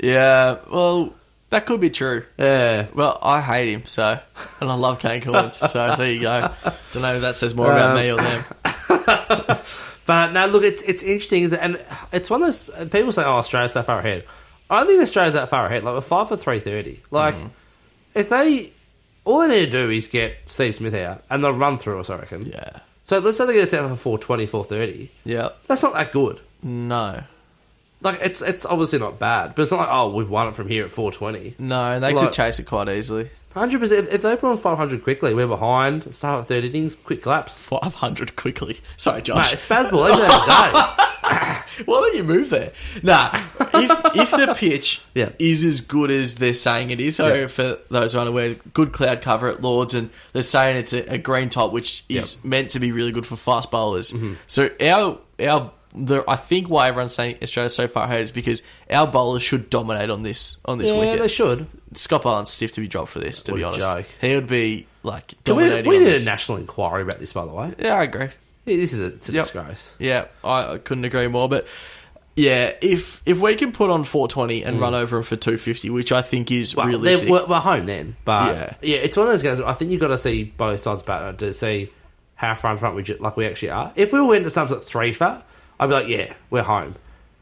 S1: Yeah, well, that could be true.
S2: Yeah.
S1: Well, I hate him so, and I love Kane Corns. So there you go. Don't know if that says more about
S2: Um,
S1: me or them.
S2: But now look, it's it's interesting, is- and it's one of those people say, "Oh, Australia's so far ahead." I don't think Australia's that far ahead. Like we're five for three thirty. Like
S1: Mm-hmm.
S2: if they all they need to do is get Steve Smith out, and they'll run through us. I reckon.
S1: Yeah.
S2: So let's say they get us out for 420, 430.
S1: Yeah.
S2: That's not that good.
S1: No.
S2: Like it's it's obviously not bad, but it's not like oh we've won it from here at four twenty.
S1: No, and they
S2: Like-
S1: could chase it quite easily.
S2: Hundred percent. If they put on five hundred quickly, we're behind. Start at third innings, quick collapse.
S1: 500 quickly. Sorry,
S2: Mate,
S1: Josh.
S2: it's baseball. They can have a day.
S1: Why don't you move there? Nah, if, if the pitch
S2: Yeah.
S1: is as good as they're saying it is, so
S2: Yeah.
S1: for those who aren't aware, good cloud cover at Lords, and they're saying it's a, a green top, which is meant to be really good for fast bowlers.
S2: Mm-hmm.
S1: So our our the, I think why everyone's saying Australia's so far ahead is because our bowlers should dominate on this on this
S2: Yeah,
S1: wicket.
S2: they should.
S1: Scott Barnes stiff to be dropped for this. To
S2: What
S1: be
S2: a
S1: honest,
S2: joke.
S1: he would be like
S2: Can we-
S1: dominating.
S2: we
S1: on
S2: need
S1: this.
S2: a national inquiry about this, by the way.
S1: yeah, I agree.
S2: This is a, it's a
S1: Yep.
S2: disgrace.
S1: Yeah, I, I couldn't agree more. But yeah, if if we can put on 420 and run over them for 250, which I think is
S2: Mm. Well,
S1: realistic,
S2: they're- we're, we're home then, but
S1: Yeah.
S2: yeah. it's one of those games. where I think you've got to see both sides better to see how far in front we ju- like we actually are. If we went to something at three for, I'd be like, yeah, we're home.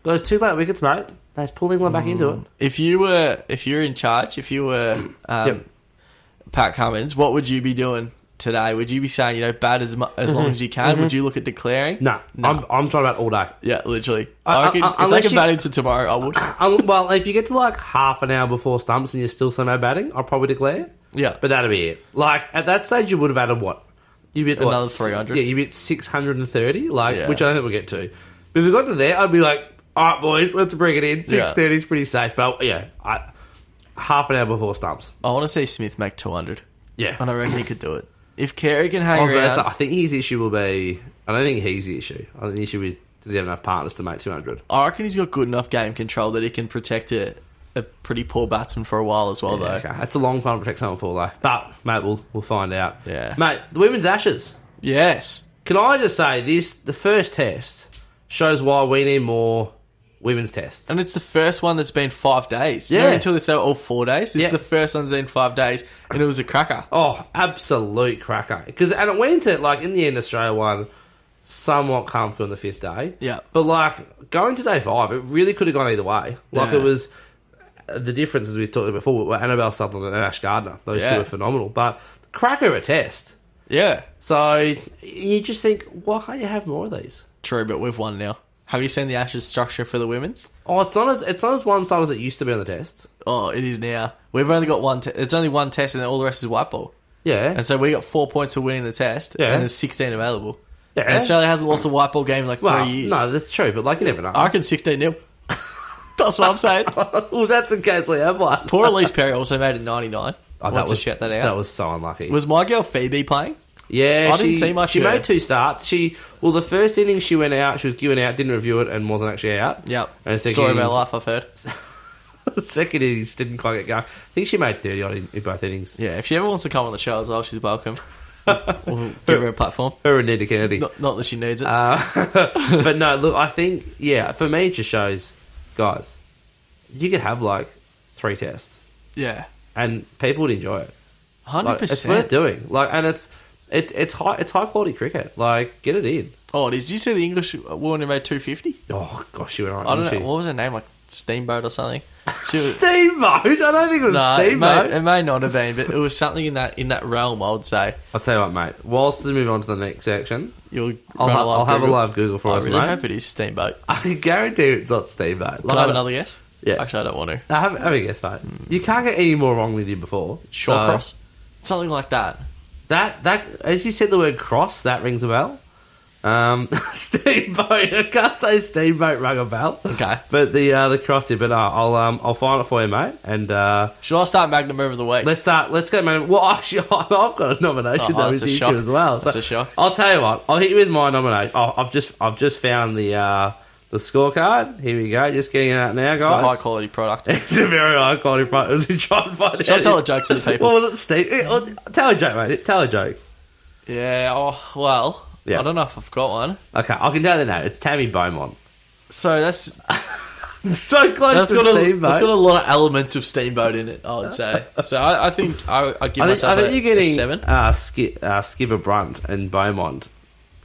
S2: But those two late wickets, mate, they pull England back into it.
S1: if you were if you're in charge, if you were um,
S2: Yep.
S1: Pat Cummins, what would you be doing today? Would you be saying you know bat as mu- as long as you can? Would you look at declaring?
S2: Mm-hmm. No, I'm I'm trying about all day.
S1: Yeah, literally.
S2: I-
S1: I
S2: I-
S1: reckon
S2: I-
S1: if they
S2: unless
S1: can
S2: you-
S1: bat into tomorrow, I would.
S2: Um, well, if you get to like half an hour before stumps and you're still somehow batting, I'll probably declare.
S1: Yeah,
S2: But that'd be it. Like at that stage, you would have added what? You bit what,
S1: Another
S2: s-
S1: 300?
S2: Yeah, you bit six hundred and thirty. Like
S1: Yeah.
S2: which I don't think we'll get to. But if we got to there, I'd be like, all right, boys, let's bring it in.
S1: Yeah.
S2: Six thirty is pretty safe. But yeah, I, half an hour before stumps.
S1: I want to see Smith make 200,
S2: Yeah.
S1: and I reckon he could do it if Carey can hang
S2: I, was gonna say,
S1: around.
S2: I think his issue will be. I don't think he's the issue. I think the issue is does he have enough partners to make two hundred?
S1: I reckon he's got good enough game control that he can protect a, a pretty poor batsman for a while as well,
S2: Yeah,
S1: though.
S2: okay. That's a long time to protect someone for though. But mate, we'll we'll find out.
S1: Yeah.
S2: mate. The women's ashes.
S1: Yes.
S2: Can I just say this? The first test shows why we need more women's tests.
S1: And it's the first one that's been five days. You
S2: Yeah.
S1: know, until this out all four days. This
S2: Yeah.
S1: is the first one that's been five days, and it was a cracker.
S2: Oh, absolute cracker! Because and it went into like in the end, Australia won somewhat comfortable on the fifth day.
S1: Yeah.
S2: but like going to day five, it really could have gone either way. Like
S1: Yeah.
S2: it was uh, the differences we talked about before were Annabelle Sutherland and Ash Gardner. Those
S1: Yeah.
S2: two were phenomenal, but cracker a test.
S1: Yeah.
S2: So you just think, why can't you have more of these?
S1: True, but we've won now. Have you seen the Ashes structure for the women's?
S2: Oh, it's not as it's not as one sided as it used to be on the tests.
S1: Oh, it is now. We've only got one. Te- it's only one test, and then all the rest is white ball.
S2: Yeah,
S1: And so we got four points for winning the test,
S2: Yeah.
S1: and there's 16 available.
S2: Yeah.
S1: And Australia hasn't lost a white ball game in like
S2: Well,
S1: three years.
S2: no, that's true, but like you never know.
S1: I reckon 16 nil. that's what I'm saying.
S2: well, that's in case we have one.
S1: Poor Elise Perry also made it 99. I
S2: Oh,
S1: want to shout that out.
S2: That
S1: was,
S2: was so unlucky.
S1: my girl Phoebe playing?
S2: Yeah,
S1: I didn't
S2: she-
S1: see much
S2: She
S1: of her.
S2: made two starts. She well, the first inning she went out. She was given out, didn't review it, and wasn't actually out.
S1: Yep.
S2: And the second
S1: Story of
S2: innings-
S1: our life, I've heard.
S2: The second innings didn't quite get going. I think she made thirty odd in, in both innings.
S1: Yeah, if she ever wants to come on the show as well, she's welcome. we'll give her a platform.
S2: Her and Nita Kennedy.
S1: Not, not that she needs it.
S2: Uh, but no, look, I think yeah. For me, it just shows, guys, you could have like three tests,
S1: yeah.
S2: and people would enjoy it. Like,
S1: 100%.
S2: it's worth doing. Like, and it's it's it's high it's high quality cricket. Like, get it in.
S1: oh, it is. Did you see the English woman who made 250?
S2: Oh gosh, you were right.
S1: I don't
S2: didn't
S1: know.
S2: you?
S1: What was her name? Like Steamboat or something? She was,
S2: Steamboat. I don't think it was
S1: no, it
S2: Steamboat.
S1: may, it may not have been, but it was something in that in that realm, I would say.
S2: I'll tell you what, mate. Whilst we move on to the next section,
S1: You'll
S2: I'll,
S1: run
S2: ha-
S1: a live
S2: I'll have a
S1: Google.
S2: live Google for
S1: I
S2: us,
S1: really
S2: mate.
S1: hope it is Steamboat.
S2: I can guarantee it's not Steamboat.
S1: Can
S2: Like,
S1: I have another guess?
S2: Yeah.
S1: Actually, I don't want to.
S2: I have, have a guess, mate. You can't get any more wrong than you did before.
S1: Short
S2: So-
S1: cross. Something like that.
S2: That that as you said the word cross, that rings a bell. Um, steamboat. I can't say steamboat rung a bell.
S1: Okay.
S2: but the uh, the cross did. But uh, I'll um, I'll find it for you, mate. And uh,
S1: Should I start Magnum Move of the Week?
S2: let's start. Let's go, man. Well, actually, I've got a nomination
S1: Oh,
S2: that
S1: that's
S2: was
S1: a
S2: issued
S1: shock.
S2: as well.
S1: That's a shock.
S2: I'll tell you what. I'll hit you with my nomination. Oh, I've just I've just found the uh, the scorecard. Here we go. Just getting it out now,
S1: it's a high
S2: guys.
S1: quality product.
S2: It's a very high quality product. It was in John Fidelli.
S1: Shall I tell a joke to the people?
S2: What was it, Steve? Eh, oh, Tell a joke, mate. Tell a joke.
S1: yeah, oh, well,
S2: Yeah.
S1: I don't know if I've got one.
S2: Okay, I can tell you now. It's Tammy Beaumont.
S1: So
S2: So
S1: that's
S2: so close
S1: that's
S2: to
S1: got, a,
S2: Steve,
S1: that's
S2: mate.
S1: got a lot of elements of Steamboat in it, I would say. So I, I think I, I'd give
S2: I think, I
S1: myself
S2: think
S1: a,
S2: you're
S1: a
S2: getting
S1: seven.
S2: Uh, Ski, uh, Skipper Brunt and Beaumont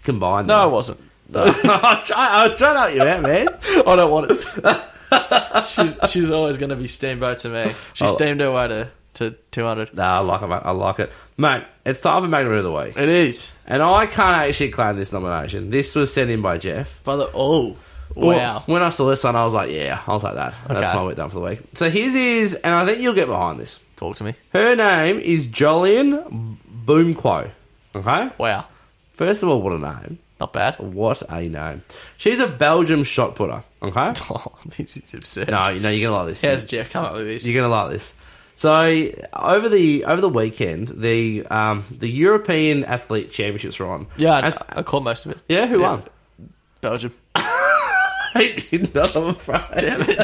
S2: combined.
S1: No, I
S2: there.
S1: wasn't.
S2: So- I was try- I was trying to help you out, man.
S1: I don't want it. she's, she's always going to be Steamboat to me. She
S2: Oh.
S1: steamed her way to, to 200.
S2: Nah, I like it, mate. I like it. Mate, it's time for Magnum of the Week.
S1: It is.
S2: And I can't actually claim this nomination. This was sent in by Jeff.
S1: By the, oh,
S2: Well,
S1: wow.
S2: when I saw this one, I was like, yeah, I'll take that. That's
S1: Okay.
S2: my week done for the week. So his is, and I think you'll get behind this.
S1: Talk to me.
S2: Her name is Jolien Boomquo. Okay?
S1: Wow.
S2: First of all, what a name.
S1: Not bad.
S2: What a name. She's a Belgium shot putter, okay?
S1: Oh, this is absurd.
S2: No, you know you're gonna like this.
S1: How's Jeff come up with this?
S2: You're gonna like this. So over the over the weekend, the um, the European Athlete Championships were on.
S1: yeah,
S2: And-
S1: I, I caught most of it.
S2: yeah. Who
S1: Yeah.
S2: won?
S1: Belgium.
S2: I did not. I'm afraid.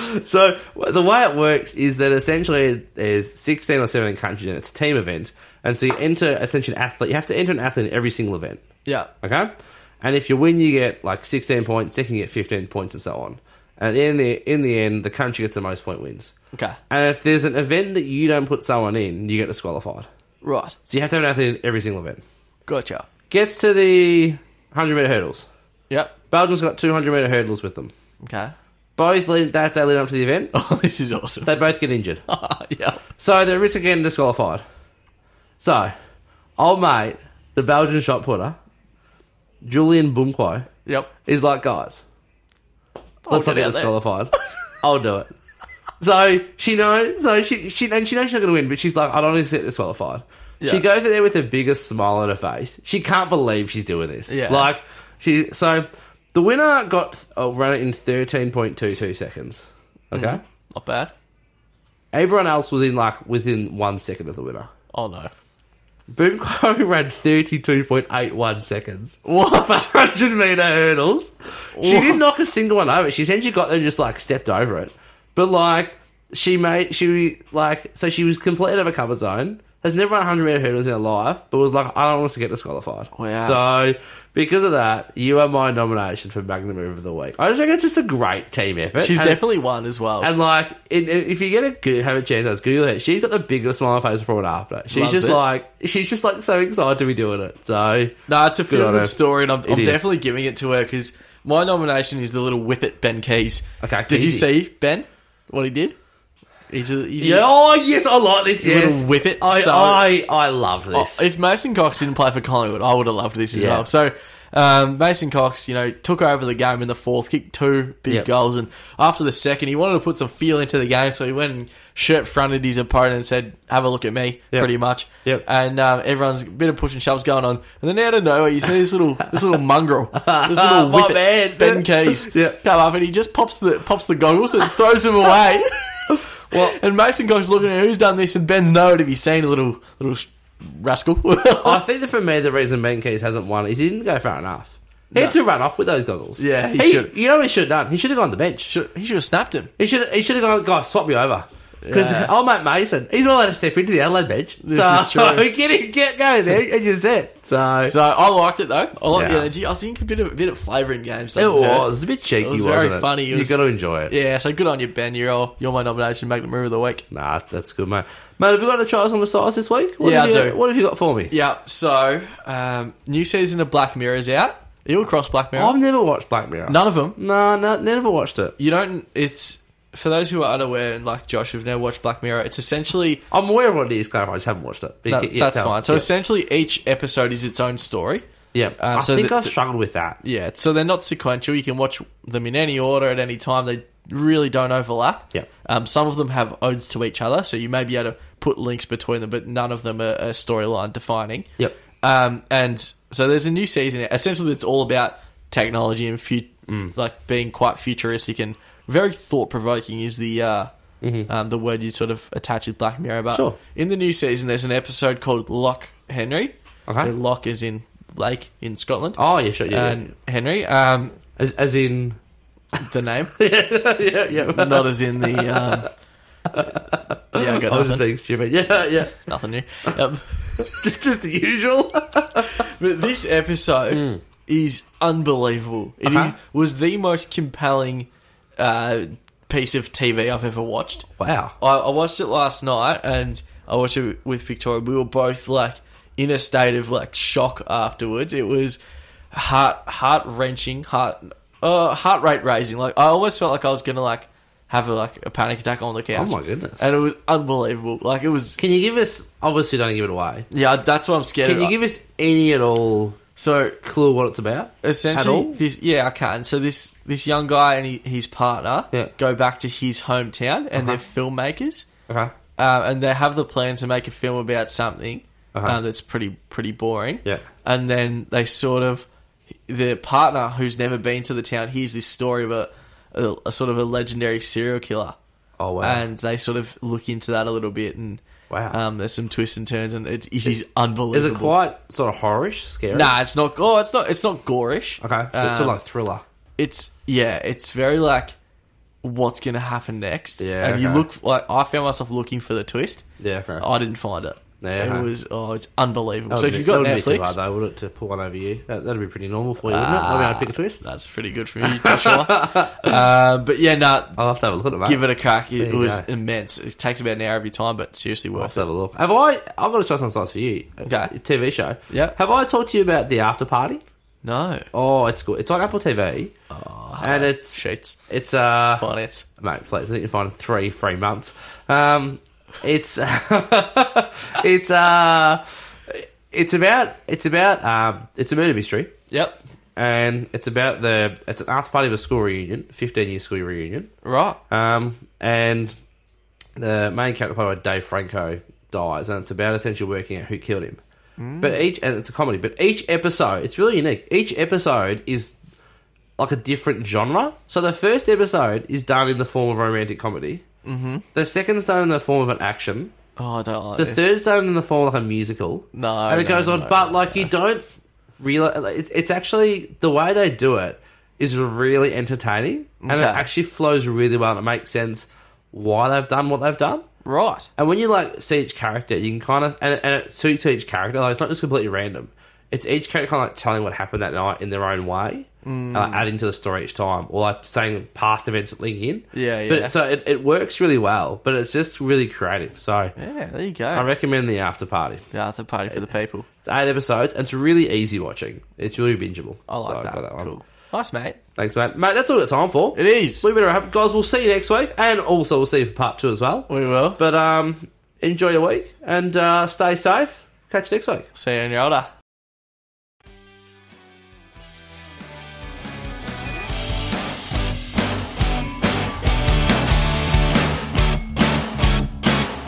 S2: so wh- the way it works is that essentially there's 16 or 17 countries and it's a team event, and so you enter essentially an athlete. You have to enter an athlete in every single event.
S1: Yeah.
S2: Okay? And if you win, you get like 16 points. Second, you get 15 points, and so on. And in the in the end, the country gets the most point wins.
S1: Okay.
S2: And if there's an event that you don't put someone in, you get disqualified.
S1: Right.
S2: So you have to have an athlete in every single event.
S1: Gotcha.
S2: Gets to the 100 meter hurdles.
S1: Yep.
S2: Belgium's got 200 meter hurdles with them.
S1: Okay.
S2: Both lead, that day lead up to the event,
S1: Oh, this is awesome.
S2: they both get injured.
S1: yeah.
S2: So the risk of getting disqualified. So, old mate, the Belgian shot putter, Julian Bumquo,
S1: Yep.
S2: is like, guys, let's
S1: I'll
S2: not
S1: get
S2: get
S1: out there.
S2: disqualified. I'll do it. So she knows. So she she and she knows she's not going to win, but she's like, I don't want to get disqualified. She
S1: Yeah.
S2: goes in there with the biggest smile on her face. She can't believe she's doing this.
S1: Yeah.
S2: like she. So the winner got uh, run it in thirteen point two two seconds. Okay,
S1: Not bad.
S2: everyone else was in like within one second of the winner.
S1: Oh no.
S2: Boom Chloe ran 32.81 seconds.
S1: What?
S2: 100 meter hurdles. She
S1: What?
S2: didn't knock a single one over. She essentially got there and just like stepped over it. But like, she made, she like, so she was completely out of her comfort zone. Has never run 100 meter hurdles in her life, but was like, I don't want us to get disqualified.
S1: Wow.
S2: So, because of that, you are my nomination for Magnum Move of the Week. I just think it's just a great team effort.
S1: She's
S2: And-
S1: definitely one as well.
S2: and like, in, in- if you get a go- have a chance, guys, Google it. She's got the biggest smile on her face before and after. She's
S1: Loves
S2: just
S1: it.
S2: like, she's just like so excited to be doing it. So
S1: no, it's a feel
S2: on her.
S1: good story, and I'm, I'm
S2: is.
S1: definitely giving it to her because my nomination is the little whippet Ben Keys.
S2: Okay,
S1: Did you
S2: Keysy.
S1: see Ben? What he did? He's a he's a-
S2: yeah, oh yes, I like this.
S1: Little
S2: Yes,
S1: whippet.
S2: I
S1: So- Oh,
S2: I I love this.
S1: If Mason Cox didn't play for Collingwood, I would have loved this as
S2: Yeah.
S1: well. So um, Mason Cox, you know, took over the game in the fourth, kicked two big
S2: Yep.
S1: goals, and after the second, he wanted to put some feel into the game, so he went and shirt fronted his opponent and said, "Have a look at me,"
S2: Yep.
S1: pretty much.
S2: Yep.
S1: And um, everyone's a bit of push and shoves going on, and then out of nowhere, you see this little this little mongrel, this little
S2: My
S1: whippet,
S2: man.
S1: Ben Keys,
S2: Yeah.
S1: come up, and he just pops the pops the goggles and throws them away.
S2: Well-
S1: and Mason Cox looking at who's done this, and Ben's nowhere to be seen. A little little rascal.
S2: I think that for me, the reason Ben Keys hasn't won is he didn't go far enough. He had
S1: No.
S2: to run off with those goggles.
S1: Yeah, he
S2: he
S1: should-
S2: You know what he should have done? He should have gone to the bench.
S1: he should have snapped him.
S2: He should he should have gone, guys, swap me over. Because
S1: Yeah.
S2: old mate Mason, he's not allowed to step into the Adelaide bench.
S1: This
S2: so,
S1: is true.
S2: Get him, get going there, and you're set. So,
S1: So I liked it though. I liked the
S2: Yeah.
S1: energy. I think a bit of a bit of flavour in games.
S2: it
S1: doesn't hurt.
S2: was a bit cheeky,
S1: It was
S2: not
S1: very
S2: it?
S1: funny. It was-
S2: you got to enjoy it.
S1: Yeah, so good on you, Ben. You're all, you're my nomination. Make the move of the week.
S2: Nah, that's good, mate. Mate, have you got a try on the size this week? What
S1: Yeah,
S2: have
S1: I
S2: you,
S1: do.
S2: What have you got for me?
S1: Yeah. So um, new season of Black Mirror is out. Are you across Black Mirror?
S2: I've never watched Black Mirror.
S1: None of them.
S2: no, no, never watched it.
S1: You don't. It's for those who are unaware and like Josh who've never watched Black Mirror. It's essentially
S2: I'm aware of what it is, clarify. I just haven't watched it. But
S1: that-
S2: it- it
S1: that's
S2: sounds-
S1: fine. So
S2: yeah.
S1: essentially, each episode is its own story.
S2: yeah,
S1: um,
S2: I
S1: so
S2: think
S1: the-
S2: I've struggled with that.
S1: Yeah. So they're not sequential. You can watch them in any order at any time. They really don't overlap.
S2: Yeah.
S1: Um, some of them have odes to each other, so you may be able to put links between them, but none of them are, are storyline defining.
S2: Yep.
S1: Um, and so there's a new season. Essentially, it's all about technology and fut-
S2: Mm.
S1: like being quite futuristic and very thought provoking is the uh, um, the word you sort of attach with Black Mirror. But
S2: Mm-hmm. Sure.
S1: in the new season, there's an episode called Lock Henry.
S2: Okay.
S1: So Lock is in Lake in Scotland,
S2: Oh, yeah, sure, yeah, yeah.
S1: and Uh, Henry, um,
S2: As, as in,
S1: the name,
S2: yeah, yeah.
S1: not as in the. Um, yeah, I got
S2: I
S1: nothing,
S2: was just being stupid. Yeah, yeah.
S1: nothing new. Um,
S2: just the usual.
S1: But this episode
S2: Hmm.
S1: is unbelievable. It
S2: Okay.
S1: is- was the most compelling uh, piece of TV I've ever watched.
S2: Wow.
S1: I, I watched it last night, and I watched it with Victoria. We were both like in a state of like shock afterwards. It was heart heart wrenching, heart uh, heart rate raising. Like I almost felt like I was gonna like have a, like a panic attack on the couch.
S2: Oh my goodness.
S1: And it was unbelievable. Like it was.
S2: Can you give us? Obviously, don't give it away.
S1: Yeah, that's what I'm scared
S2: Can
S1: of.
S2: you give us any at all
S1: so
S2: clue what it's about?
S1: essentially
S2: At all?
S1: this yeah i can so this this young guy and he, his partner
S2: Yeah. Uh-huh.
S1: go back to his hometown and they're filmmakers
S2: Okay.
S1: uh, and they have the plan to make a film about something
S2: Uh-huh.
S1: uh, that's pretty pretty boring
S2: Yeah.
S1: and then they sort of the partner who's never been to the town hears this story of a, a, a sort of a legendary serial killer
S2: Oh wow.
S1: and they sort of look into that a little bit and
S2: Wow.
S1: um, there's some twists and turns and it, it is unbelievable
S2: Is it quite sort of horrorish, scary?
S1: Nah, it's not. Oh, it's not. It's not gorish.
S2: Okay. It's sort
S1: Um,
S2: of like thriller.
S1: it's yeah, it's very like what's gonna happen next.
S2: Yeah,
S1: and you
S2: okay.
S1: look like I found myself looking for the twist.
S2: Yeah. Okay.
S1: I didn't find it.
S2: Yeah,
S1: it
S2: okay.
S1: was oh, it's unbelievable.
S2: That
S1: So if
S2: would be-
S1: you got
S2: that would be too hard,
S1: Netflix, uh,
S2: though, would it, to pull one over you? That, that'd be pretty normal for you, wouldn't it? I mean, I'd pick a twist.
S1: that's pretty good for you, Joshua. uh, but yeah, no,
S2: I'll have to have a look at it, mate.
S1: give it a crack. It,
S2: you
S1: was
S2: go.
S1: immense. It takes about an hour every time, but seriously
S2: I'll have
S1: worth
S2: to
S1: it.
S2: have a look. Have I? I've got to try some sites for you.
S1: Okay.
S2: A TV show.
S1: Yep.
S2: Have I talked to you about the after party?
S1: No,
S2: Oh, it's good. It's on Apple TV,
S1: Oh,
S2: and it's
S1: sheets,
S2: it's uh
S1: finance.
S2: mate, please. I think you find three free months. Um, it's it's uh, it's about it's about um, it's a murder mystery,
S1: Yep,
S2: and it's about the it's an after party of a school reunion, fifteen year school reunion,
S1: right.
S2: um, and the main character played by Dave Franco dies, and it's about essentially working out who killed him. But each and it's a comedy, but each episode it's really unique. Each episode is like a different genre. So the first episode is done in the form of a romantic comedy. Mm-hmm. The second's done in the form of an action.
S1: Oh, I don't like
S2: The
S1: this.
S2: third's done in the form of like a musical.
S1: No,
S2: and it
S1: no,
S2: goes on,
S1: no,
S2: but
S1: no,
S2: like you don't realize like, it's, it's actually the way they do it is really entertaining, and it
S1: Okay.
S2: actually flows really well. And it makes sense why they've done what they've done.
S1: right.
S2: And when you like see each character, you can kind of and, and it suits each character. Like it's not just completely random. It's each character kind of like telling what happened that night in their own way,
S1: Mm.
S2: and, like, adding to the story each time, or like saying past events that link in.
S1: Yeah, yeah.
S2: But so it, it works really well, but it's just really creative. So
S1: Yeah, there you
S2: I
S1: go.
S2: recommend the after party.
S1: The Arthur Party for the people.
S2: It's eight episodes, and it's really easy watching. It's really bingeable.
S1: I like
S2: So I've
S1: that.
S2: got one.
S1: Cool. Nice, mate.
S2: Thanks, mate. Mate, that's all we've got time for.
S1: It is.
S2: We better wrap, guys. We'll see you next week, and also we'll see you for part two as well.
S1: We will.
S2: But um, enjoy your week and uh, stay safe. Catch you next week.
S1: See you in your order.